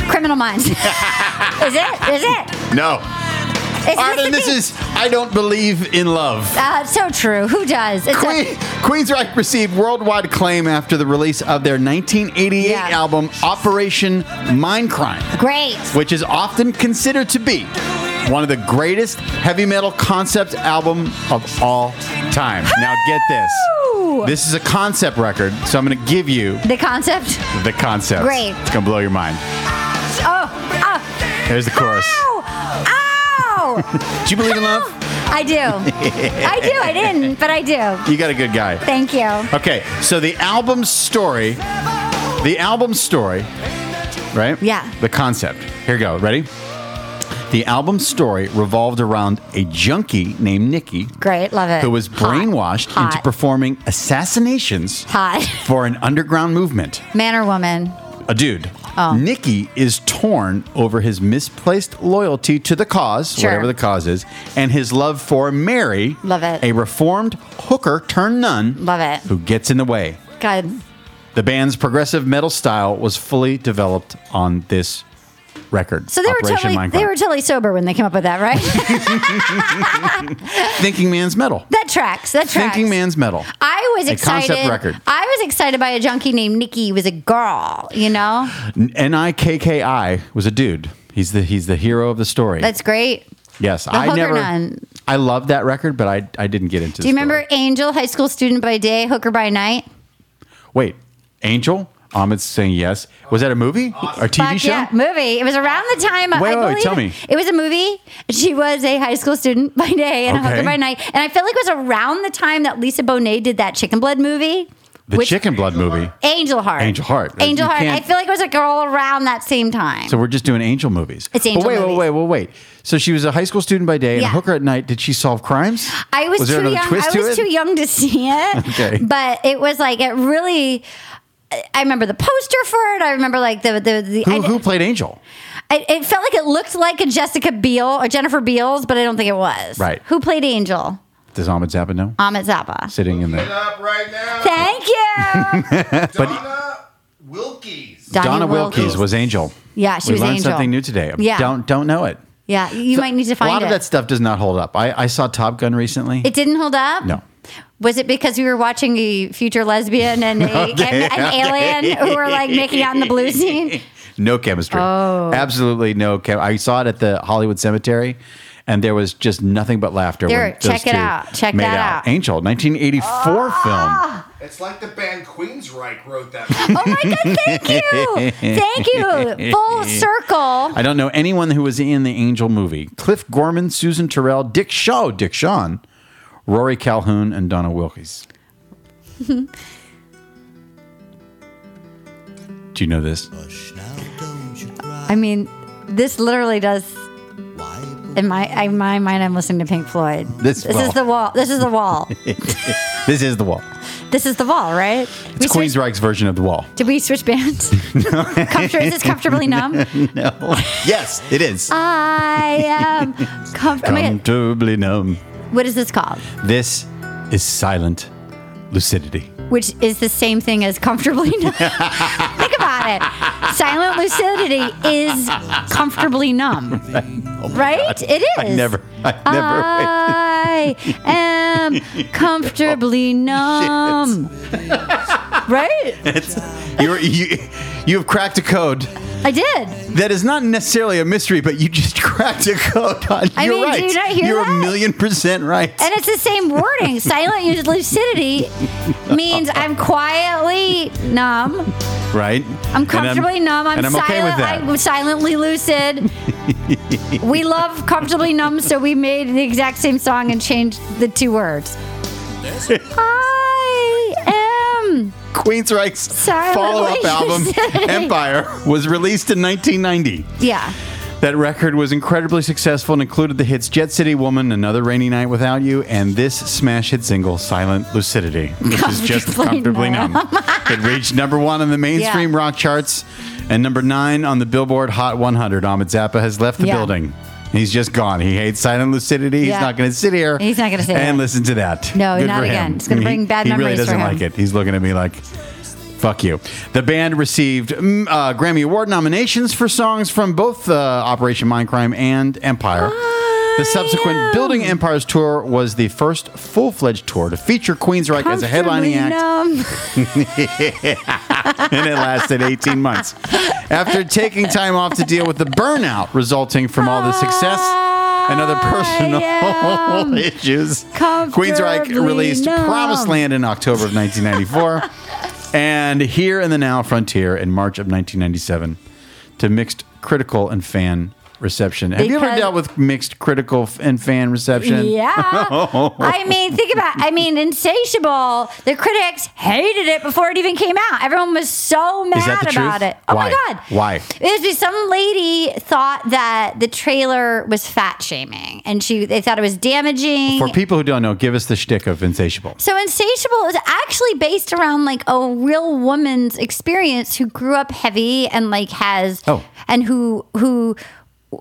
Speaker 2: Criminal Minds. is it? Is it?
Speaker 1: No.
Speaker 2: Is
Speaker 1: Arden,
Speaker 2: the
Speaker 1: this
Speaker 2: thing?
Speaker 1: is I don't believe in love.
Speaker 2: Uh, it's so true. Who does? It's
Speaker 1: Queen,
Speaker 2: a,
Speaker 1: Queensryche received worldwide acclaim after the release of their 1988
Speaker 2: Yeah.
Speaker 1: album Operation Mindcrime,
Speaker 2: great.
Speaker 1: which is often considered to be one of the greatest heavy metal concept album of all time. Now get this.
Speaker 2: Woo!
Speaker 1: This is a concept record, so I'm going to give you
Speaker 2: The concept.
Speaker 1: the concept.
Speaker 2: Great.
Speaker 1: It's going to blow your mind.
Speaker 2: Oh, oh.
Speaker 1: Here's the chorus.
Speaker 2: Ow! Ow!
Speaker 1: Do you believe in love?
Speaker 2: I do. I do. I didn't, but I do.
Speaker 1: You got a good guy.
Speaker 2: Thank you.
Speaker 1: Okay, so the album story, the album story, right?
Speaker 2: Yeah.
Speaker 1: The concept. Here we go. Ready? The album story revolved around a junkie named Nikki
Speaker 2: Great. Love it.
Speaker 1: who was
Speaker 2: Hot.
Speaker 1: brainwashed
Speaker 2: Hot.
Speaker 1: into performing assassinations
Speaker 2: Hot.
Speaker 1: for an underground movement.
Speaker 2: Man or woman?
Speaker 1: A dude.
Speaker 2: Oh.
Speaker 1: Nikki is torn over his misplaced loyalty to the cause,
Speaker 2: Sure.
Speaker 1: whatever the cause is, and his love for Mary,
Speaker 2: Love it.
Speaker 1: a reformed hooker turned nun,
Speaker 2: Love it.
Speaker 1: who gets in the way.
Speaker 2: God.
Speaker 1: The band's progressive metal style was fully developed on this record.
Speaker 2: So they were
Speaker 1: Operation
Speaker 2: totally
Speaker 1: Minecraft.
Speaker 2: they were totally sober when they came up with that, right?
Speaker 1: Thinking Man's Metal.
Speaker 2: that tracks. That tracks.
Speaker 1: Thinking Man's Metal.
Speaker 2: I was
Speaker 1: A
Speaker 2: excited.
Speaker 1: concept record.
Speaker 2: I was excited by a junkie named Nikki. He was a girl, you know?
Speaker 1: N I K K I was a dude. He's the he's the hero of the story.
Speaker 2: That's great.
Speaker 1: yes, I
Speaker 2: hooker
Speaker 1: never.
Speaker 2: nun.
Speaker 1: I loved that record, but I I didn't get into.
Speaker 2: Do you remember Angel, high school student by day, hooker by night?
Speaker 1: Wait, Angel. Ahmed's saying yes. Was that a movie or TV
Speaker 2: Fuck
Speaker 1: show?
Speaker 2: yeah, movie. It was around the time.
Speaker 1: Wait,
Speaker 2: I
Speaker 1: wait,
Speaker 2: believe
Speaker 1: tell me.
Speaker 2: It was a movie. She was a high school student by day and a
Speaker 1: Okay.
Speaker 2: hooker by night, and I feel like it was around the time that Lisa Bonet did that Chicken Blood movie.
Speaker 1: The
Speaker 2: which-
Speaker 1: Chicken Blood movie.
Speaker 2: Angel Heart.
Speaker 1: Angel Heart.
Speaker 2: Angel
Speaker 1: You
Speaker 2: Heart. I
Speaker 1: can't-
Speaker 2: feel like it was a girl around that same time.
Speaker 1: So we're just doing angel movies.
Speaker 2: It's angel
Speaker 1: But wait,
Speaker 2: movies.
Speaker 1: wait, wait, wait, wait. So she was a high school student by day and a
Speaker 2: Yeah.
Speaker 1: hooker at night. Did she solve crimes?
Speaker 2: I was,
Speaker 1: there
Speaker 2: too
Speaker 1: another
Speaker 2: young.
Speaker 1: twist
Speaker 2: I was
Speaker 1: to it?
Speaker 2: too young to see it.
Speaker 1: Okay.
Speaker 2: But it was like it really. I- I remember the poster for it. I remember like the the, the
Speaker 1: Who,
Speaker 2: I-
Speaker 1: who played Angel?
Speaker 2: I- it felt like it looked like a Jessica Biel or Jennifer Beals, but I don't think it was.
Speaker 1: Right.
Speaker 2: Who played Angel?
Speaker 1: Does Ahmed Zappa know?
Speaker 2: Amit Zappa.
Speaker 1: Sitting in the
Speaker 5: up right now.
Speaker 2: Thank you.
Speaker 5: Donna Wilkies.
Speaker 2: Donnie
Speaker 1: Donna Wilkes was Angel.
Speaker 2: Yeah, she
Speaker 1: we
Speaker 2: was
Speaker 1: learned
Speaker 2: Angel.
Speaker 1: something new today.
Speaker 2: Yeah.
Speaker 1: don't don't know it.
Speaker 2: Yeah, you might need to
Speaker 1: A
Speaker 2: find
Speaker 1: lot
Speaker 2: it.
Speaker 1: of that stuff does not hold up. I, I saw Top Gun recently.
Speaker 2: it didn't hold up.
Speaker 1: No.
Speaker 2: Was it because we were watching a future lesbian and, a, and an alien who were like making out in the blue scene?
Speaker 1: no chemistry.
Speaker 2: Oh.
Speaker 1: absolutely no chem. I saw it at the Hollywood Cemetery, and there was just nothing but laughter.
Speaker 2: There,
Speaker 1: when those
Speaker 2: check it
Speaker 1: two
Speaker 2: out. Check
Speaker 1: made
Speaker 2: that out. Ah.
Speaker 1: Angel, 1984 film.
Speaker 5: It's like the band Queensryche wrote that.
Speaker 2: Oh my God, thank you. Thank you. Full circle.
Speaker 1: I don't know anyone who was in the Angel movie. Cliff Gorman, Susan Terrell, Dick Shaw, Dick Shawn, Rory Calhoun, and Donna Wilkes. Do you know this?
Speaker 2: I mean, this literally does. In my in my mind, I'm listening to Pink Floyd.
Speaker 1: This wall.
Speaker 2: is the wall. This is the wall.
Speaker 1: This is the wall.
Speaker 2: this is the wall, right?
Speaker 1: It's
Speaker 2: switched-
Speaker 1: Queensryche's version of the wall.
Speaker 2: Did we switch bands? Comfort, is this comfortably numb?
Speaker 1: Yes, it is.
Speaker 2: I am comfortable.
Speaker 1: Comfortably numb.
Speaker 2: What is this called?
Speaker 1: This is silent lucidity.
Speaker 2: Which is the same thing as comfortably numb. Think about it. Silent lucidity is comfortably numb, right? It is.
Speaker 1: Oh
Speaker 2: Ah.
Speaker 1: I never, I never.
Speaker 2: I am
Speaker 1: Oh,
Speaker 2: comfortably numb. right?
Speaker 1: You're, you, you have cracked a code
Speaker 2: I did.
Speaker 1: that is not necessarily a mystery, but you just cracked a code. On,
Speaker 2: I
Speaker 1: you're
Speaker 2: mean, do
Speaker 1: right.
Speaker 2: you not hear
Speaker 1: are a
Speaker 2: that?
Speaker 1: million percent right.
Speaker 2: And it's the same wording. Silent lucidity means I'm quietly numb.
Speaker 1: right?
Speaker 2: I'm comfortably numb. I'm,
Speaker 1: and I'm okay with that.
Speaker 2: I'm silently lucid. we love comfortably numb, so we made the exact same song and changed the two words. I am.
Speaker 1: Queensryche's
Speaker 2: Silent
Speaker 1: follow-up album
Speaker 2: lucidity.
Speaker 1: Empire was released in 1990.
Speaker 2: Yeah.
Speaker 1: That record was incredibly successful and included the hits Jet City Woman, Another Rainy Night Without You, and this smash hit single, Silent Lucidity, which is just
Speaker 2: Obviously
Speaker 1: comfortably
Speaker 2: not.
Speaker 1: numb. It reached number one on the mainstream
Speaker 2: Yeah.
Speaker 1: rock charts and number nine on the Billboard Hot 100. Ahmed Zappa has left the
Speaker 2: Yeah.
Speaker 1: building. He's just gone. He hates silent lucidity. He's
Speaker 2: Yeah.
Speaker 1: not going to sit here.
Speaker 2: He's not gonna sit
Speaker 1: and
Speaker 2: here.
Speaker 1: listen to that.
Speaker 2: No,
Speaker 1: Good
Speaker 2: not
Speaker 1: for
Speaker 2: again.
Speaker 1: Him.
Speaker 2: It's gonna
Speaker 1: I mean,
Speaker 2: bring bad
Speaker 1: he, He really
Speaker 2: memories for
Speaker 1: doesn't
Speaker 2: him.
Speaker 1: like it. He's looking at me like, Fuck you. The band received mm, uh, Grammy Award nominations for songs from both uh, Operation Mindcrime and Empire. The subsequent
Speaker 2: am-
Speaker 1: Building Empires tour was the first full fledged tour to feature Queensryche as a headlining
Speaker 2: Comfortably
Speaker 1: act,
Speaker 2: numb.
Speaker 1: and it lasted 18 months. After taking time off to deal with the burnout resulting from all the success and other personal
Speaker 2: I am
Speaker 1: issues,
Speaker 2: comfortably
Speaker 1: Queensryche released
Speaker 2: numb.
Speaker 1: Promised Land in October of 1994 and Here in the Now Frontier in March of 1997 to mixed critical and fan reception. Have you ever
Speaker 2: Because-
Speaker 1: dealt with mixed critical f- and fan reception?
Speaker 2: Yeah. I mean, think about I mean, Insatiable, the critics hated it before it even came out. Everyone was so mad
Speaker 1: Is that the
Speaker 2: about
Speaker 1: truth?
Speaker 2: it. Oh
Speaker 1: Why?
Speaker 2: my god.
Speaker 1: Why?
Speaker 2: It was because some lady thought that the trailer was fat shaming and she they thought it was damaging.
Speaker 1: For people who don't know, give us the shtick of Insatiable.
Speaker 2: So Insatiable is actually based around like a real woman's experience who grew up heavy and like has
Speaker 1: Oh.
Speaker 2: and who who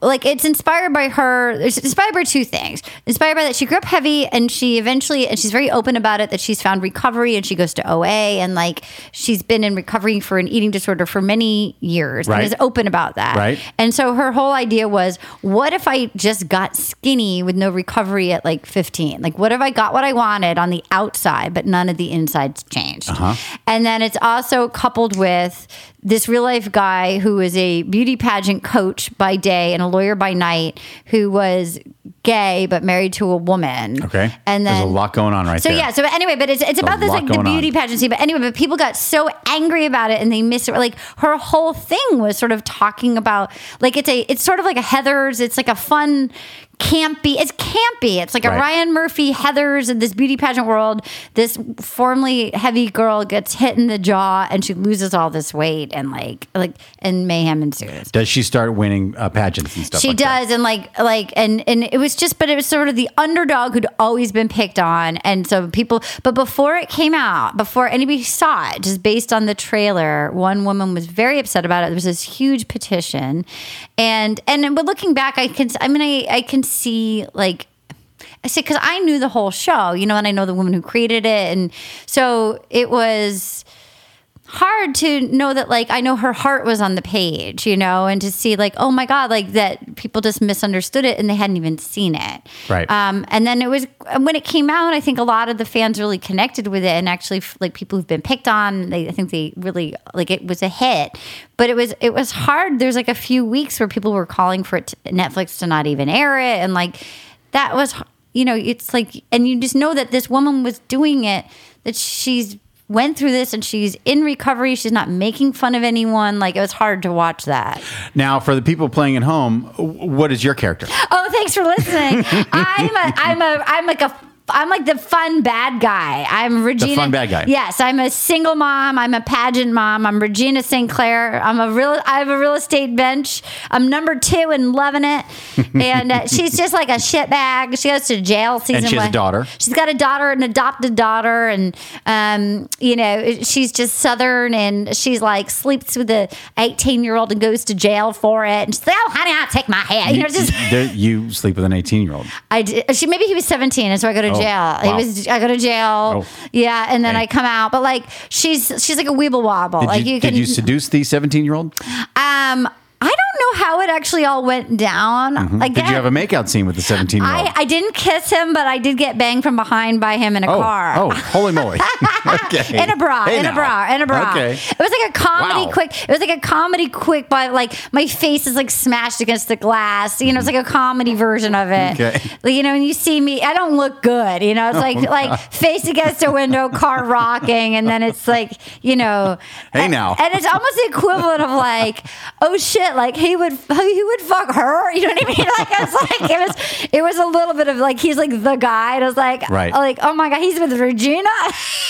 Speaker 2: like it's inspired by her it's inspired by two things inspired by that she grew up heavy and she eventually and she's very open about it that she's found recovery and she goes to oa and like she's been in recovery for an eating disorder for many years
Speaker 1: Right.
Speaker 2: and is open about that
Speaker 1: Right.
Speaker 2: and so her whole idea was, what if I just got skinny with no recovery at like 15? Like, what if I got what I wanted on the outside, but none of the insides changed?
Speaker 1: Uh-huh.
Speaker 2: And then it's also coupled with this real life guy who is a beauty pageant coach by day and a lawyer by night who was gay but married to a woman.
Speaker 1: Okay.
Speaker 2: And then
Speaker 1: There's a lot going on right
Speaker 2: so
Speaker 1: there.
Speaker 2: yeah. So anyway, but it's it's about this
Speaker 1: lot
Speaker 2: like the
Speaker 1: going on.
Speaker 2: beauty pageant scene. But anyway, but people got so angry about it and they missed it. Like her whole thing was sort of talking about like it's a it's sort of like a Heather's. It's like a fun campy. It's campy. It's like a
Speaker 1: Right.
Speaker 2: Ryan Murphy Heather's in this beauty pageant world. This formerly heavy girl gets hit in the jaw and she loses all this weight and like like and mayhem ensues.
Speaker 1: Does she start winning uh, pageants and stuff?
Speaker 2: She
Speaker 1: like that?
Speaker 2: does, and like, like, and and it was just, but it was sort of the underdog who'd always been picked on, and so people. But before it came out, before anybody saw it, just based on the trailer, one woman was very upset about it. There was this huge petition, and and but looking back, I can, I mean, I I can see like. I said, because I knew the whole show, you know, and I know the woman who created it. And so it was, hard to know that like I know her heart was on the page, you know, and to see like oh my god, like that people just misunderstood it and they hadn't even seen it.
Speaker 1: Right.
Speaker 2: Um, and then it was and when it came out, I think a lot of the fans really connected with it, and actually f- like people who've been picked on, they I think they really like it was a hit. But it was it was hard. There's like a few weeks where people were calling for it to, Netflix to not even air it, and like that was you know it's like and you just know that this woman was doing it that she's went through this and she's in recovery. She's not making fun of anyone. Like it was hard to watch that.
Speaker 1: Now, for the people playing at home, w- what is your character?
Speaker 2: Oh, thanks for listening. I'm a, I'm a, I'm like a. I'm like the fun bad guy. I'm Regina.
Speaker 1: fun bad guy.
Speaker 2: Yes, I'm a single mom. I'm a pageant mom. I'm Regina St. Clair. I'm a real. I have a real estate bench. I'm number two and loving it. And uh, she's just like a shit bag. She goes to jail season.
Speaker 1: she has a
Speaker 2: one.
Speaker 1: daughter.
Speaker 2: She's got a daughter, an adopted daughter, and um, you know she's just southern, and she's like sleeps with a 18 year old and goes to jail for it. And she's like, "Oh, honey, I'll take my hat." You know, just
Speaker 1: There- you sleep with an 18 year old.
Speaker 2: I did, she maybe he was 17 and so I go to
Speaker 1: Oh,
Speaker 2: jail.
Speaker 1: wow.
Speaker 2: It was I go to jail.
Speaker 1: Oh.
Speaker 2: Yeah, and then
Speaker 1: Hey.
Speaker 2: I come out. But like she's she's like a weeble wobble.
Speaker 1: Did,
Speaker 2: Oh, like
Speaker 1: you,
Speaker 2: you, can
Speaker 1: did you seduce the 17 year old?
Speaker 2: um I don't know how it actually all went down. Again,
Speaker 1: Mm-hmm. Did you have a makeout scene with the 17 year old?
Speaker 2: I, I didn't kiss him, but I did get banged from behind by him in a
Speaker 1: Oh,
Speaker 2: car.
Speaker 1: oh, holy moly. okay.
Speaker 2: In a bra,
Speaker 1: Hey
Speaker 2: in a
Speaker 1: now.
Speaker 2: bra, in a bra.
Speaker 1: Okay.
Speaker 2: It was like a comedy
Speaker 1: Wow.
Speaker 2: quick. It was like a comedy quick, but like my face is like smashed against the glass. You know, it's like a comedy version of it.
Speaker 1: Okay. Oh,
Speaker 2: Like, You know, and you see me, I don't look good. You know, it's like like face against a window, car rocking, and then it's like you know.
Speaker 1: Hey,
Speaker 2: and-
Speaker 1: now.
Speaker 2: And it's almost the equivalent of like, oh shit, like he would he would fuck her. You know what I mean? Like I was like it was it was a little bit of like he's like the guy. And I was like
Speaker 1: Right.
Speaker 2: like oh my god, he's with Regina.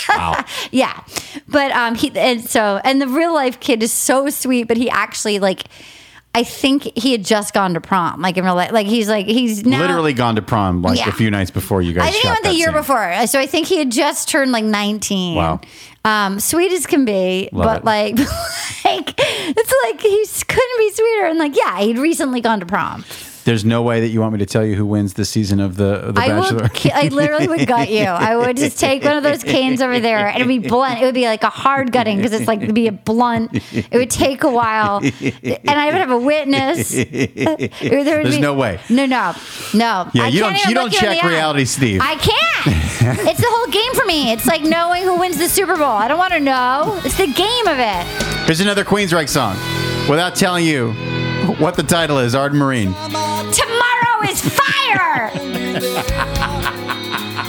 Speaker 1: Wow.
Speaker 2: Yeah, but um, he and so and the real life kid is so sweet, but he actually like. I think he had just gone to prom, like in real life. Like he's like he's now,
Speaker 1: Literally gone to prom like
Speaker 2: Yeah.
Speaker 1: a few nights before you guys.
Speaker 2: I think he
Speaker 1: shot
Speaker 2: went the
Speaker 1: that
Speaker 2: year
Speaker 1: scene.
Speaker 2: before, so I think he had just turned like nineteen.
Speaker 1: Wow.
Speaker 2: um, sweet as can be,
Speaker 1: Love
Speaker 2: but
Speaker 1: it.
Speaker 2: like, like it's like he s- couldn't be sweeter. And like, yeah, he'd recently gone to prom.
Speaker 1: There's no way that you want me to tell you who wins this season of the of the
Speaker 2: I
Speaker 1: Bachelor.
Speaker 2: would, ki- I literally would gut you. I would just take one of those canes over there, and it'd be blunt. It would be like a hard gutting because it's like it'd be a blunt. It would take a while, and I would have a witness. There's
Speaker 1: no way.
Speaker 2: No, no, no.
Speaker 1: Yeah,
Speaker 2: I
Speaker 1: you don't-
Speaker 2: can't even
Speaker 1: you
Speaker 2: look
Speaker 1: don't
Speaker 2: in
Speaker 1: check
Speaker 2: the eye.
Speaker 1: reality, Steve.
Speaker 2: I can't. it's the whole game for me. It's like knowing who wins the Super Bowl. I don't want to know. It's the game of it.
Speaker 1: Here's another Queensryche song, without telling you what the title is. Arden Marine.
Speaker 2: Tomorrow is fire.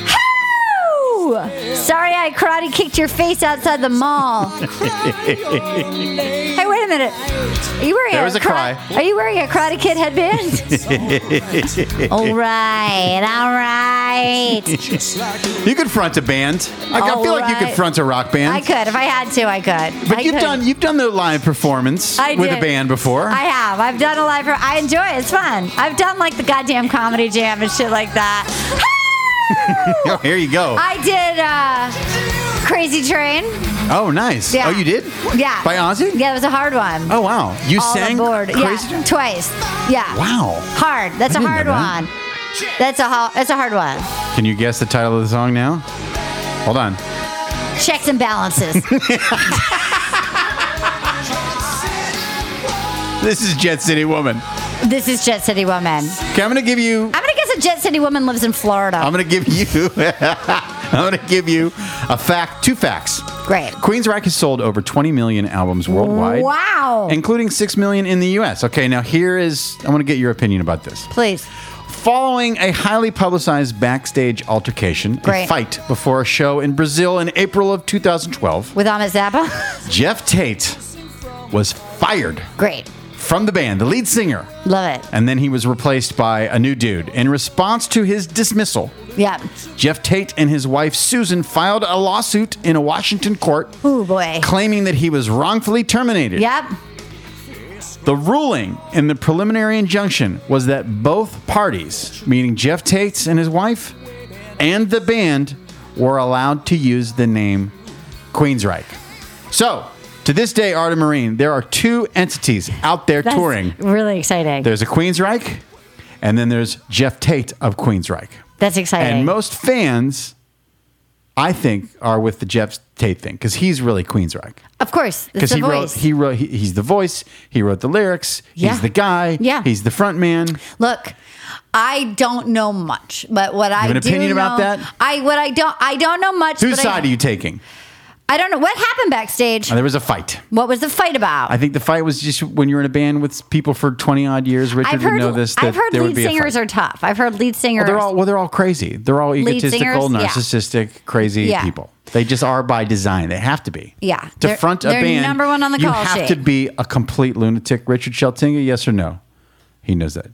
Speaker 2: Hoo! Sorry, I karate kicked your face outside the mall. Hey, wait a minute. Are you wearing
Speaker 1: There was a
Speaker 2: kara-
Speaker 1: cry.
Speaker 2: Are you wearing a Karate Kid headband? all right, all right.
Speaker 1: You could front a band. I, I
Speaker 2: All
Speaker 1: feel like you could
Speaker 2: right.
Speaker 1: front a rock band.
Speaker 2: I could, if I had to, I could.
Speaker 1: But
Speaker 2: I
Speaker 1: you've
Speaker 2: could.
Speaker 1: done you've done the live performance
Speaker 2: I
Speaker 1: with a
Speaker 2: did.
Speaker 1: band before.
Speaker 2: I have. I've done a live. I enjoy it. It's fun. I've done like the goddamn comedy jam and shit like that.
Speaker 1: oh, here you go.
Speaker 2: I did uh, Crazy Train.
Speaker 1: oh, nice.
Speaker 2: Yeah.
Speaker 1: Oh, you did?
Speaker 2: Yeah.
Speaker 1: By Ozzy?
Speaker 2: Yeah, it was a hard one.
Speaker 1: Oh, wow. You
Speaker 2: All
Speaker 1: sang
Speaker 2: aboard.
Speaker 1: Crazy
Speaker 2: Yeah, twice. Yeah.
Speaker 1: Wow.
Speaker 2: Hard. That's
Speaker 1: I
Speaker 2: a
Speaker 1: didn't
Speaker 2: hard
Speaker 1: know that.
Speaker 2: one. That's a ho- that's a hard one.
Speaker 1: Can you guess the title of the song now? Hold on.
Speaker 2: Checks and balances.
Speaker 1: This is Jet City Woman.
Speaker 2: this is Jet City Woman.
Speaker 1: Okay, I'm gonna give you
Speaker 2: I'm gonna guess a Jet City Woman lives in Florida.
Speaker 1: I'm gonna give you I'm gonna give you a fact two facts.
Speaker 2: Great.
Speaker 1: Queensryche has sold over 20 million albums worldwide.
Speaker 2: Wow.
Speaker 1: Including 6 million in the US. Okay, now here is I want to get your opinion about this.
Speaker 2: Please.
Speaker 1: Following a highly publicized backstage altercation, a
Speaker 2: Great.
Speaker 1: fight before a show in Brazil in April of 2012,
Speaker 2: With Ahmet Zappa.
Speaker 1: Jeff Tate was fired
Speaker 2: Great.
Speaker 1: from the band, the lead singer,
Speaker 2: Love it.
Speaker 1: and then he was replaced by a new dude. In response to his dismissal,
Speaker 2: Yeah.
Speaker 1: Jeff Tate and his wife Susan filed a lawsuit in a Washington court
Speaker 2: Ooh boy.
Speaker 1: claiming that he was wrongfully terminated.
Speaker 2: Yep.
Speaker 1: The ruling in the preliminary injunction was that both parties, meaning Jeff Tate and his wife and the band, were allowed to use the name Queensryche. So, to this day, Art of Marine, there are two entities out there
Speaker 2: That's
Speaker 1: touring.
Speaker 2: Really exciting.
Speaker 1: There's a Queensryche, and then there's Jeff Tate of Queensryche.
Speaker 2: That's exciting.
Speaker 1: And most fans, I think, are with the Jeff Tate thing because he's really Queensryche
Speaker 2: of course. It's
Speaker 1: because
Speaker 2: the
Speaker 1: he wrote
Speaker 2: voice.
Speaker 1: he wrote he, he's the voice he wrote the lyrics
Speaker 2: Yeah.
Speaker 1: he's the guy
Speaker 2: Yeah.
Speaker 1: he's the front man
Speaker 2: Look, I don't know much, but what I
Speaker 1: have an
Speaker 2: do
Speaker 1: opinion about
Speaker 2: know-
Speaker 1: that?
Speaker 2: I what I don't I don't know much.
Speaker 1: whose
Speaker 2: but
Speaker 1: side
Speaker 2: I,
Speaker 1: are you taking
Speaker 2: I don't know what happened backstage.
Speaker 1: Uh, there was a fight
Speaker 2: What was the fight about?
Speaker 1: I think the fight was just when you're in a band with people for 20 odd years Richard
Speaker 2: I've heard.
Speaker 1: would know this that
Speaker 2: I've heard
Speaker 1: there would
Speaker 2: lead
Speaker 1: be a
Speaker 2: singers
Speaker 1: fight.
Speaker 2: are tough. I've heard lead singers.
Speaker 1: well, they're all well they're all crazy they're all
Speaker 2: Lead
Speaker 1: egotistical
Speaker 2: singers? Yeah.
Speaker 1: narcissistic crazy
Speaker 2: Yeah.
Speaker 1: people they just are by design they have to be
Speaker 2: Yeah.
Speaker 1: to
Speaker 2: They're-
Speaker 1: front a
Speaker 2: they're
Speaker 1: band
Speaker 2: number one on the
Speaker 1: you
Speaker 2: call
Speaker 1: have
Speaker 2: sheet.
Speaker 1: to be a complete lunatic Richard Sheltinga yes or no he knows that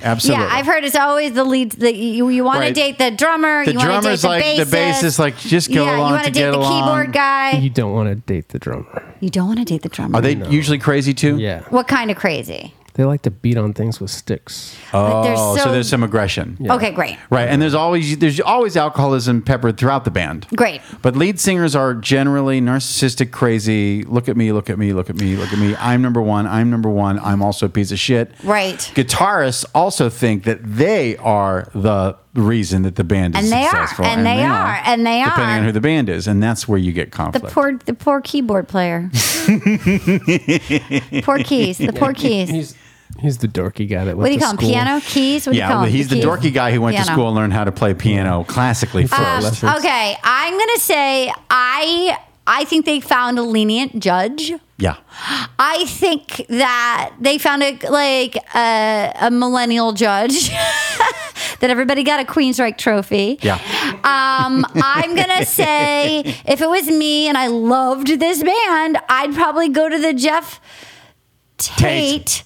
Speaker 2: yeah,
Speaker 1: absolutely
Speaker 2: I've heard it's always the lead. The, you you want
Speaker 1: Right.
Speaker 2: to date the drummer.
Speaker 1: The
Speaker 2: you want to date
Speaker 1: drummer's
Speaker 2: the
Speaker 1: like
Speaker 2: bassist.
Speaker 1: the bassist, like just go
Speaker 2: yeah,
Speaker 1: along
Speaker 2: you want
Speaker 1: to
Speaker 2: to date
Speaker 1: get
Speaker 2: the
Speaker 1: along.
Speaker 2: keyboard guy.
Speaker 6: You don't want to date the drummer.
Speaker 2: You don't want to date the drummer.
Speaker 1: Are they usually crazy too?
Speaker 6: Yeah.
Speaker 2: What kind of crazy?
Speaker 6: They like to beat on things with sticks.
Speaker 2: Like, they're
Speaker 1: Oh, so, there's some aggression.
Speaker 2: Okay, great.
Speaker 1: Right, and there's always there's always alcoholism peppered throughout the band.
Speaker 2: Great.
Speaker 1: But lead singers are generally narcissistic, crazy. Look at me, look at me, look at me, look at me. I'm number one. I'm number one. I'm also a piece of shit.
Speaker 2: Right.
Speaker 1: Guitarists also think that they are the reason that the band is
Speaker 2: And they are,
Speaker 1: successful,
Speaker 2: and they are, and they
Speaker 1: depending
Speaker 2: are.
Speaker 1: on who the band is, and that's where you get
Speaker 2: The
Speaker 1: conflict.
Speaker 2: poor, the poor keyboard player. poor keys. The poor keys.
Speaker 6: He's he's the dorky guy that went
Speaker 2: What do you
Speaker 6: to
Speaker 2: call him?
Speaker 6: school.
Speaker 2: Piano keys. What do you
Speaker 1: yeah,
Speaker 2: call
Speaker 1: well,
Speaker 2: him?
Speaker 1: he's the,
Speaker 2: keys?
Speaker 1: dorky guy who went to
Speaker 2: Piano. Uh,
Speaker 1: school and learned how to play piano classically first.
Speaker 6: Um, lessons.
Speaker 2: Okay, I'm gonna say I. I think they found a lenient judge.
Speaker 1: yeah,
Speaker 2: I think that they found a like a, a millennial judge that everybody got a Queensryche trophy.
Speaker 1: yeah.
Speaker 2: Um, I'm gonna say if it was me and I loved this band, I'd probably go to the Jeff Tate,
Speaker 1: Tate.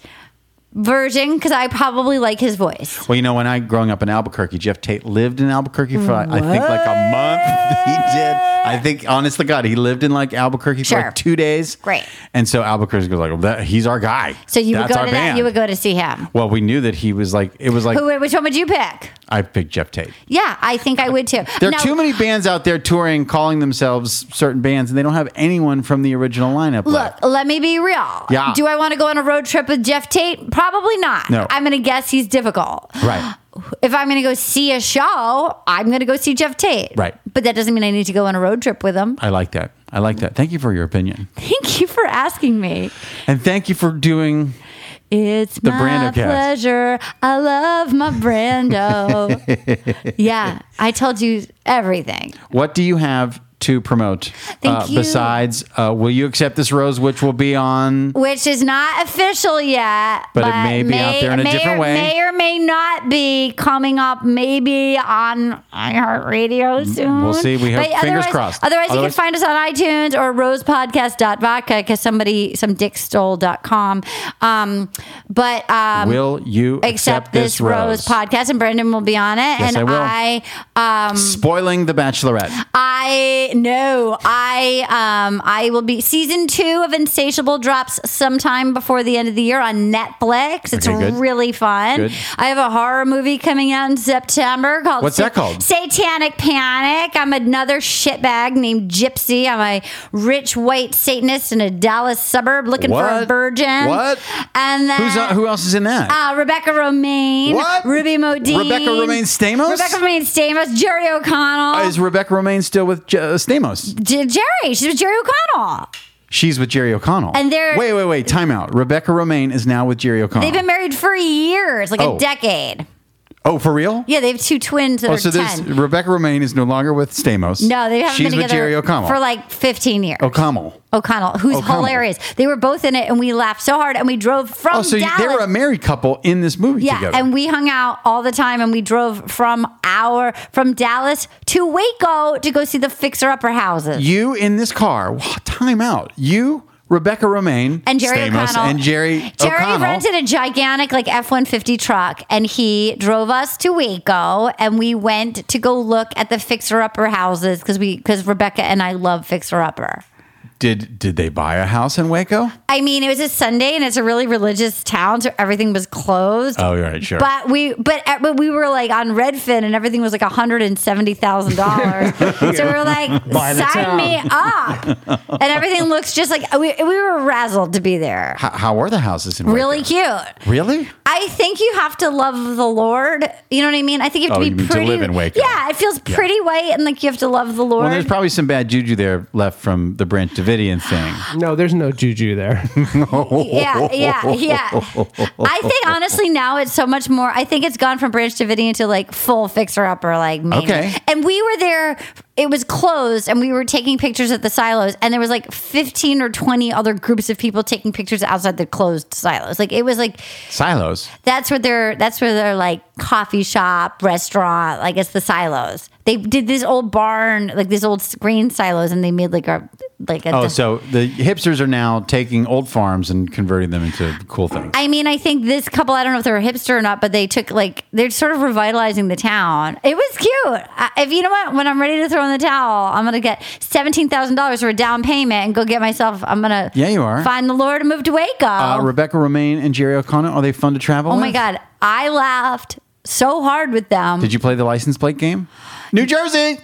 Speaker 2: version because I probably like his voice.
Speaker 1: Well, you know, when I growing up in Albuquerque, Jeff Tate lived in Albuquerque for I think like a month. he did. I think, honest to God, he lived in like Albuquerque for
Speaker 2: Sure.
Speaker 1: like two days.
Speaker 2: Great.
Speaker 1: And so Albuquerque was like, well, that, he's our guy.
Speaker 2: So you would
Speaker 1: That's
Speaker 2: go
Speaker 1: our
Speaker 2: to that.
Speaker 1: band.
Speaker 2: You would go to see him.
Speaker 1: Well, we knew that he was like, it was like,
Speaker 2: Who? Which one would you pick?
Speaker 1: I picked Jeff Tate.
Speaker 2: Yeah, I think I would too.
Speaker 1: There are
Speaker 2: Now-
Speaker 1: too many bands out there touring, calling themselves certain bands, and they don't have anyone from the original lineup.
Speaker 2: Look,
Speaker 1: left.
Speaker 2: let me be real.
Speaker 1: Yeah.
Speaker 2: Do I want to go on a road trip with Jeff Tate? Probably not.
Speaker 1: No.
Speaker 2: I'm going to guess he's difficult.
Speaker 1: Right.
Speaker 2: If I'm going to go see a show, I'm going to go see Jeff Tate.
Speaker 1: Right.
Speaker 2: But that doesn't mean I need to go on a road trip with him.
Speaker 1: I like that. I like that. Thank you for your opinion.
Speaker 2: Thank you for asking me.
Speaker 1: And thank you for doing
Speaker 2: It's
Speaker 1: The
Speaker 2: my
Speaker 1: Brando cast.
Speaker 2: pleasure. I love my Brando. yeah, I told you everything.
Speaker 1: What do you have to promote? uh,
Speaker 2: Thank you.
Speaker 1: Besides, uh, will you accept this rose, which will be on?
Speaker 2: which is not official yet.
Speaker 1: But it may be out there in a
Speaker 2: may
Speaker 1: different
Speaker 2: or,
Speaker 1: way.
Speaker 2: May or may not be coming up, maybe on iHeartRadio soon.
Speaker 1: We'll see. We have
Speaker 2: But
Speaker 1: fingers
Speaker 2: otherwise-
Speaker 1: crossed.
Speaker 2: Otherwise, you can
Speaker 1: Otherwise-
Speaker 2: find us on iTunes or rosepodcast.vodka because somebody, some dick stole dot com. Um, but um,
Speaker 1: will you
Speaker 2: accept, this rose. podcast, and Brendan will be on it.
Speaker 1: I
Speaker 2: and
Speaker 1: will.
Speaker 2: I um,
Speaker 1: Spoiling the Bachelorette.
Speaker 2: I know. I um I will be season two of Insatiable drops sometime before the end of the year on Netflix. It's
Speaker 1: Okay, good.
Speaker 2: really fun.
Speaker 1: Good.
Speaker 2: I have a horror movie coming out in September called
Speaker 1: What's that called?
Speaker 2: Satanic Panic. I'm another shitbag named Gypsy. I'm a rich white Satanist in a Dallas suburb looking for a
Speaker 1: What?
Speaker 2: virgin.
Speaker 1: What?
Speaker 2: And then
Speaker 1: Who's on, who else is in that?
Speaker 2: uh, Rebecca Romaine,
Speaker 1: What?
Speaker 2: Ruby Modine,
Speaker 1: Rebecca Romaine Stamos?
Speaker 2: Rebecca Romaine Stamos, Jerry O'Connell,
Speaker 1: is Rebecca Romaine still with J- uh, Stamos?
Speaker 2: J- Jerry. She was Jerry O'Connell.
Speaker 1: She's with Jerry O'Connell.
Speaker 2: And they're-
Speaker 1: wait, wait, wait. Time out. Rebecca Romaine is now with Jerry O'Connell.
Speaker 2: They've been married for years, like a
Speaker 1: Oh.
Speaker 2: decade.
Speaker 1: oh, for real?
Speaker 2: Yeah, they have two twins that
Speaker 1: Oh,
Speaker 2: are
Speaker 1: so there's
Speaker 2: ten.
Speaker 1: Rebecca Romaine is no longer with Stamos.
Speaker 2: No, they haven't
Speaker 1: She's
Speaker 2: been together
Speaker 1: with Jerry O'Connell.
Speaker 2: for like fifteen years.
Speaker 1: O'Connell.
Speaker 2: O'Connell, who's
Speaker 1: O'Connell.
Speaker 2: hilarious. They were both in it, and we laughed so hard, and we drove from.
Speaker 1: Oh, so you-
Speaker 2: Um, Dallas.
Speaker 1: they were a married couple in this movie
Speaker 2: Yeah,
Speaker 1: together.
Speaker 2: and we hung out all the time, and we drove from our from Dallas to Waco to go see the Fixer Upper houses.
Speaker 1: you in this car. Wow, time out. You, Rebecca Romaine,
Speaker 2: and Jerry
Speaker 1: Stamos,
Speaker 2: O'Connell.
Speaker 1: and Jerry,
Speaker 2: Jerry
Speaker 1: O'Connell.
Speaker 2: rented a gigantic like F one fifty truck, and he drove us to Waco, and we went to go look at the fixer upper houses because we because Rebecca and I love fixer upper.
Speaker 1: Did did they buy a house in Waco?
Speaker 2: I mean, it was a Sunday, and it's a really religious town, so everything was closed.
Speaker 1: Oh, right, sure.
Speaker 2: But we, but eh, but we were like on Redfin, and everything was like hundred and seventy thousand dollars. so we were like,
Speaker 6: Buy the
Speaker 2: sign
Speaker 6: town."
Speaker 2: me up, and everything looks just like we, we were razzled to be there.
Speaker 1: H- how are the houses in
Speaker 2: Really
Speaker 1: Waco?
Speaker 2: cute.
Speaker 1: Really?
Speaker 2: I think you have to love the Lord. You know what I mean? I think you have
Speaker 1: Oh,
Speaker 2: to
Speaker 1: you
Speaker 2: be
Speaker 1: mean to
Speaker 2: pretty.
Speaker 1: live in Waco.
Speaker 2: Yeah, it feels pretty white and like you have to love the Lord.
Speaker 1: Well, there's probably some bad juju there left from the Branch Davidian thing.
Speaker 6: No, there's no juju there.
Speaker 2: yeah, yeah, yeah. I think honestly now it's so much more. I think it's gone from Branch Davidian to like full fixer upper like mania.
Speaker 1: Okay.
Speaker 2: And we were there. It was closed, and we were taking pictures at the silos, and there was like fifteen or twenty other groups of people taking pictures outside the closed silos. Like it was like
Speaker 1: Silos.
Speaker 2: That's where they're. That's where they're like coffee shop, restaurant. Like it's the silos. They did this old barn, like this old grain silos, and they made like a like a.
Speaker 1: Oh, so the hipsters are now taking old farms and converting them into cool things.
Speaker 2: I mean, I think this couple. I don't know if they were hipster or not, but they took like they're sort of revitalizing the town. It was cute. I, if you know what, when I'm ready to throw in the towel, I'm gonna get seventeen thousand dollars for a down payment and go get myself. I'm gonna.
Speaker 1: Yeah, you are.
Speaker 2: Find the Lord and move to Waco.
Speaker 1: uh, Rebecca Romaine and Jerry O'Connell, are they fun to travel
Speaker 2: oh my
Speaker 1: with?
Speaker 2: god, I laughed so hard with them.
Speaker 1: Did you play the license plate game? New Jersey!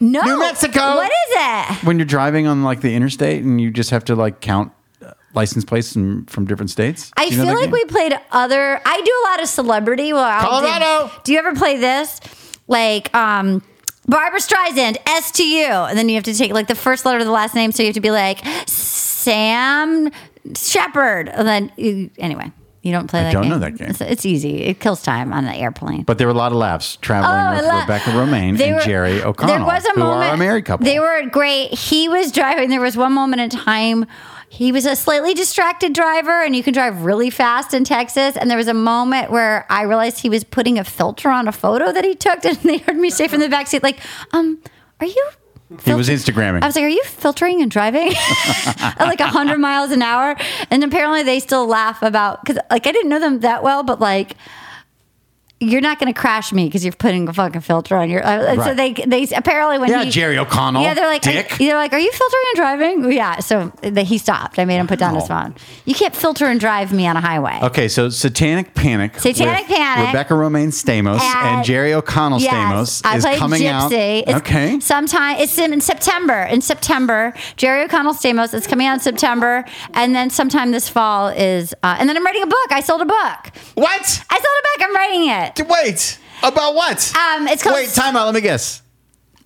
Speaker 2: no,
Speaker 1: New Mexico?
Speaker 2: What is it?
Speaker 1: When you're driving on like the interstate and you just have to like count uh, license plates from, from different states?
Speaker 2: I
Speaker 1: Do you know
Speaker 2: feel
Speaker 1: that
Speaker 2: like
Speaker 1: game?
Speaker 2: we played other. I do a lot of celebrity. Well, I'll do-
Speaker 1: Colorado!
Speaker 2: Do, you ever play this? Like, um, Barbara Streisand, S to you, and then you have to take like the first letter of the last name. So you have to be like Sam Shepard, and then you, anyway, you don't play.
Speaker 1: I
Speaker 2: that
Speaker 1: don't
Speaker 2: game.
Speaker 1: know that game.
Speaker 2: It's, it's easy. It kills time on the airplane.
Speaker 1: But there were a lot of laughs traveling
Speaker 2: I
Speaker 1: with
Speaker 2: love-
Speaker 1: Rebecca Romaine
Speaker 2: Oh, They
Speaker 1: and
Speaker 2: were-
Speaker 1: Jerry O'Connell,
Speaker 2: There was a
Speaker 1: who
Speaker 2: moment
Speaker 1: are a married couple.
Speaker 2: They were great. He was driving. There was one moment in time. He was a slightly distracted driver, and you can drive really fast in Texas. And there was a moment where I realized he was putting a filter on a photo that he took, and they heard me say from the backseat, like, "Um, are you?"
Speaker 1: he was Instagramming.
Speaker 2: I was like, "Are you filtering and driving at like hundred miles an hour?" And apparently, they still laugh about because, like, I didn't know them that well, but like, you're not going to crash me because you're putting a fucking filter on your. Uh, and So they
Speaker 1: Right.
Speaker 2: they apparently when
Speaker 1: Yeah,
Speaker 2: he,
Speaker 1: Jerry O'Connell,
Speaker 2: Yeah, they're like
Speaker 1: dick.
Speaker 2: Are, they're like, are you filtering and driving? Yeah. So they, he stopped. I made him put down his
Speaker 1: Wow.
Speaker 2: phone. You can't filter and drive me on a highway.
Speaker 1: Okay, so Satanic Panic.
Speaker 2: Satanic
Speaker 1: with
Speaker 2: Panic.
Speaker 1: Rebecca Romaine Stamos
Speaker 2: At-
Speaker 1: and Jerry O'Connell
Speaker 2: Yes,
Speaker 1: Stamos
Speaker 2: I
Speaker 1: is
Speaker 2: played
Speaker 1: coming out.
Speaker 2: Gypsy. It's
Speaker 1: okay.
Speaker 2: Sometime it's in, in September. In September, Jerry O'Connell Stamos. It's coming out in September, and then sometime this fall is. Uh, and then I'm writing a book. I sold a book.
Speaker 1: What?
Speaker 2: I sold a book. I'm writing it.
Speaker 1: Wait. About what?
Speaker 2: Um, it's called
Speaker 1: Wait, time out. Let me guess.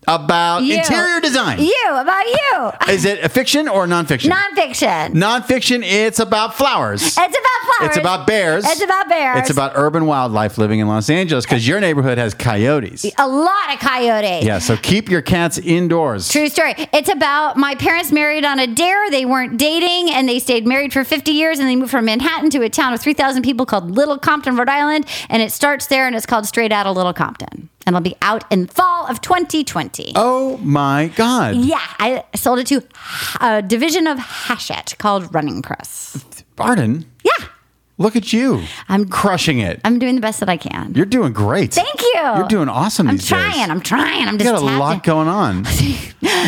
Speaker 1: About
Speaker 2: You.
Speaker 1: interior design.
Speaker 2: You about you?
Speaker 1: Is it a fiction or nonfiction?
Speaker 2: Nonfiction.
Speaker 1: nonfiction, it's about flowers.
Speaker 2: It's about flowers.
Speaker 1: It's about bears.
Speaker 2: It's about bears.
Speaker 1: It's about urban wildlife living in Los Angeles because your neighborhood has coyotes.
Speaker 2: a lot of coyotes.
Speaker 1: Yeah, so keep your cats indoors.
Speaker 2: True story. It's about my parents married on a dare. They weren't dating and they stayed married for 50 years and they moved from Manhattan to a town of 3,000 people called Little Compton, Rhode Island. And it starts there and it's called Straight Outta Little Compton. And it'll be out in fall of 2020.
Speaker 1: Oh my God.
Speaker 2: Yeah, I sold it to a division of Hachette called Running Press.
Speaker 1: Barden,
Speaker 2: Yeah,
Speaker 1: look at you.
Speaker 2: I'm-
Speaker 1: crushing it.
Speaker 2: I'm doing the best that I can.
Speaker 1: You're doing great.
Speaker 2: Thank you.
Speaker 1: You're doing awesome
Speaker 2: I'm
Speaker 1: these
Speaker 2: trying.
Speaker 1: days.
Speaker 2: I'm trying. I'm
Speaker 1: You
Speaker 2: just
Speaker 1: got a
Speaker 2: tapped in.
Speaker 1: lot going on.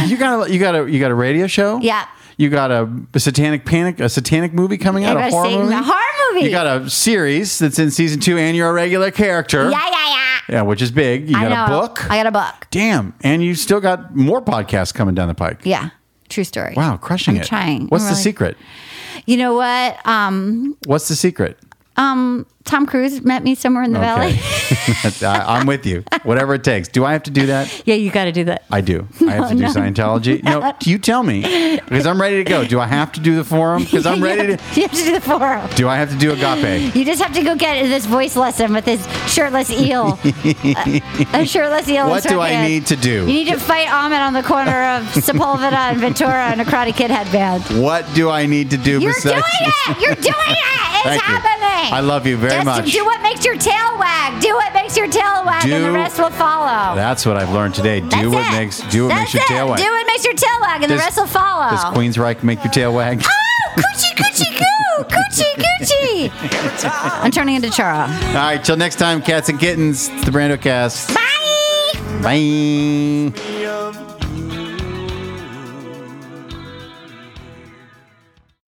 Speaker 1: you got a, you got a you got a radio show.
Speaker 2: Yeah.
Speaker 1: You got a satanic panic a satanic movie coming out
Speaker 2: I
Speaker 1: a
Speaker 2: was
Speaker 1: horror
Speaker 2: saying
Speaker 1: movie.
Speaker 2: the horror movie.
Speaker 1: You got a series that's in season two, and you're a regular character.
Speaker 2: yeah, yeah, yeah.
Speaker 1: Yeah, which is big. You
Speaker 2: I
Speaker 1: got
Speaker 2: know.
Speaker 1: a book.
Speaker 2: I got a book.
Speaker 1: Damn, and you still got more podcasts coming down the pike.
Speaker 2: Yeah. True story.
Speaker 1: Wow, crushing
Speaker 2: I'm
Speaker 1: it.
Speaker 2: Trying.
Speaker 1: What's
Speaker 2: I'm
Speaker 1: the
Speaker 2: really-
Speaker 1: secret?
Speaker 2: You know what? Um,
Speaker 1: What's the secret?
Speaker 2: um, Tom Cruise met me somewhere in the valley.
Speaker 1: Okay. I, I'm with you. Whatever it takes. Do I have to do that?
Speaker 2: yeah, you got to do that.
Speaker 1: I do. I have to do Scientology. No, you tell me because I'm ready to go. Do I have to do the forum? Because I'm ready to.
Speaker 2: You have to do the forum.
Speaker 1: Do I have to do agape?
Speaker 2: You just have to go get this voice lesson with this shirtless eel. a, a shirtless eel. in
Speaker 1: What do I
Speaker 2: Sardinia.
Speaker 1: need to do?
Speaker 2: Oh, You need to fight Ahmed on the corner of Sepulveda and Ventura in a Karate Kid headband.
Speaker 1: What do I need to do
Speaker 2: You're doing
Speaker 1: besides?
Speaker 2: it! You're doing it! It's
Speaker 1: Thank you.
Speaker 2: happening!
Speaker 1: I love you very
Speaker 2: Just
Speaker 1: much.
Speaker 2: Do what makes your tail wag. Do what makes your tail wag, and the
Speaker 1: Do-
Speaker 2: rest will follow.
Speaker 1: That's what I've learned today. Do
Speaker 2: That's
Speaker 1: what
Speaker 2: it.
Speaker 1: makes do what makes
Speaker 2: That's
Speaker 1: your
Speaker 2: it.
Speaker 1: tail wag.
Speaker 2: Do what makes your tail wag, and the
Speaker 1: Does-
Speaker 2: rest will follow.
Speaker 1: Does Queensryche make your tail wag?
Speaker 2: Oh, coochie, coochie, goo, coochie, coochie. I'm turning into Chara.
Speaker 1: All right, till next time, cats and kittens. It's the Brando Cast.
Speaker 2: Bye.
Speaker 1: Bye.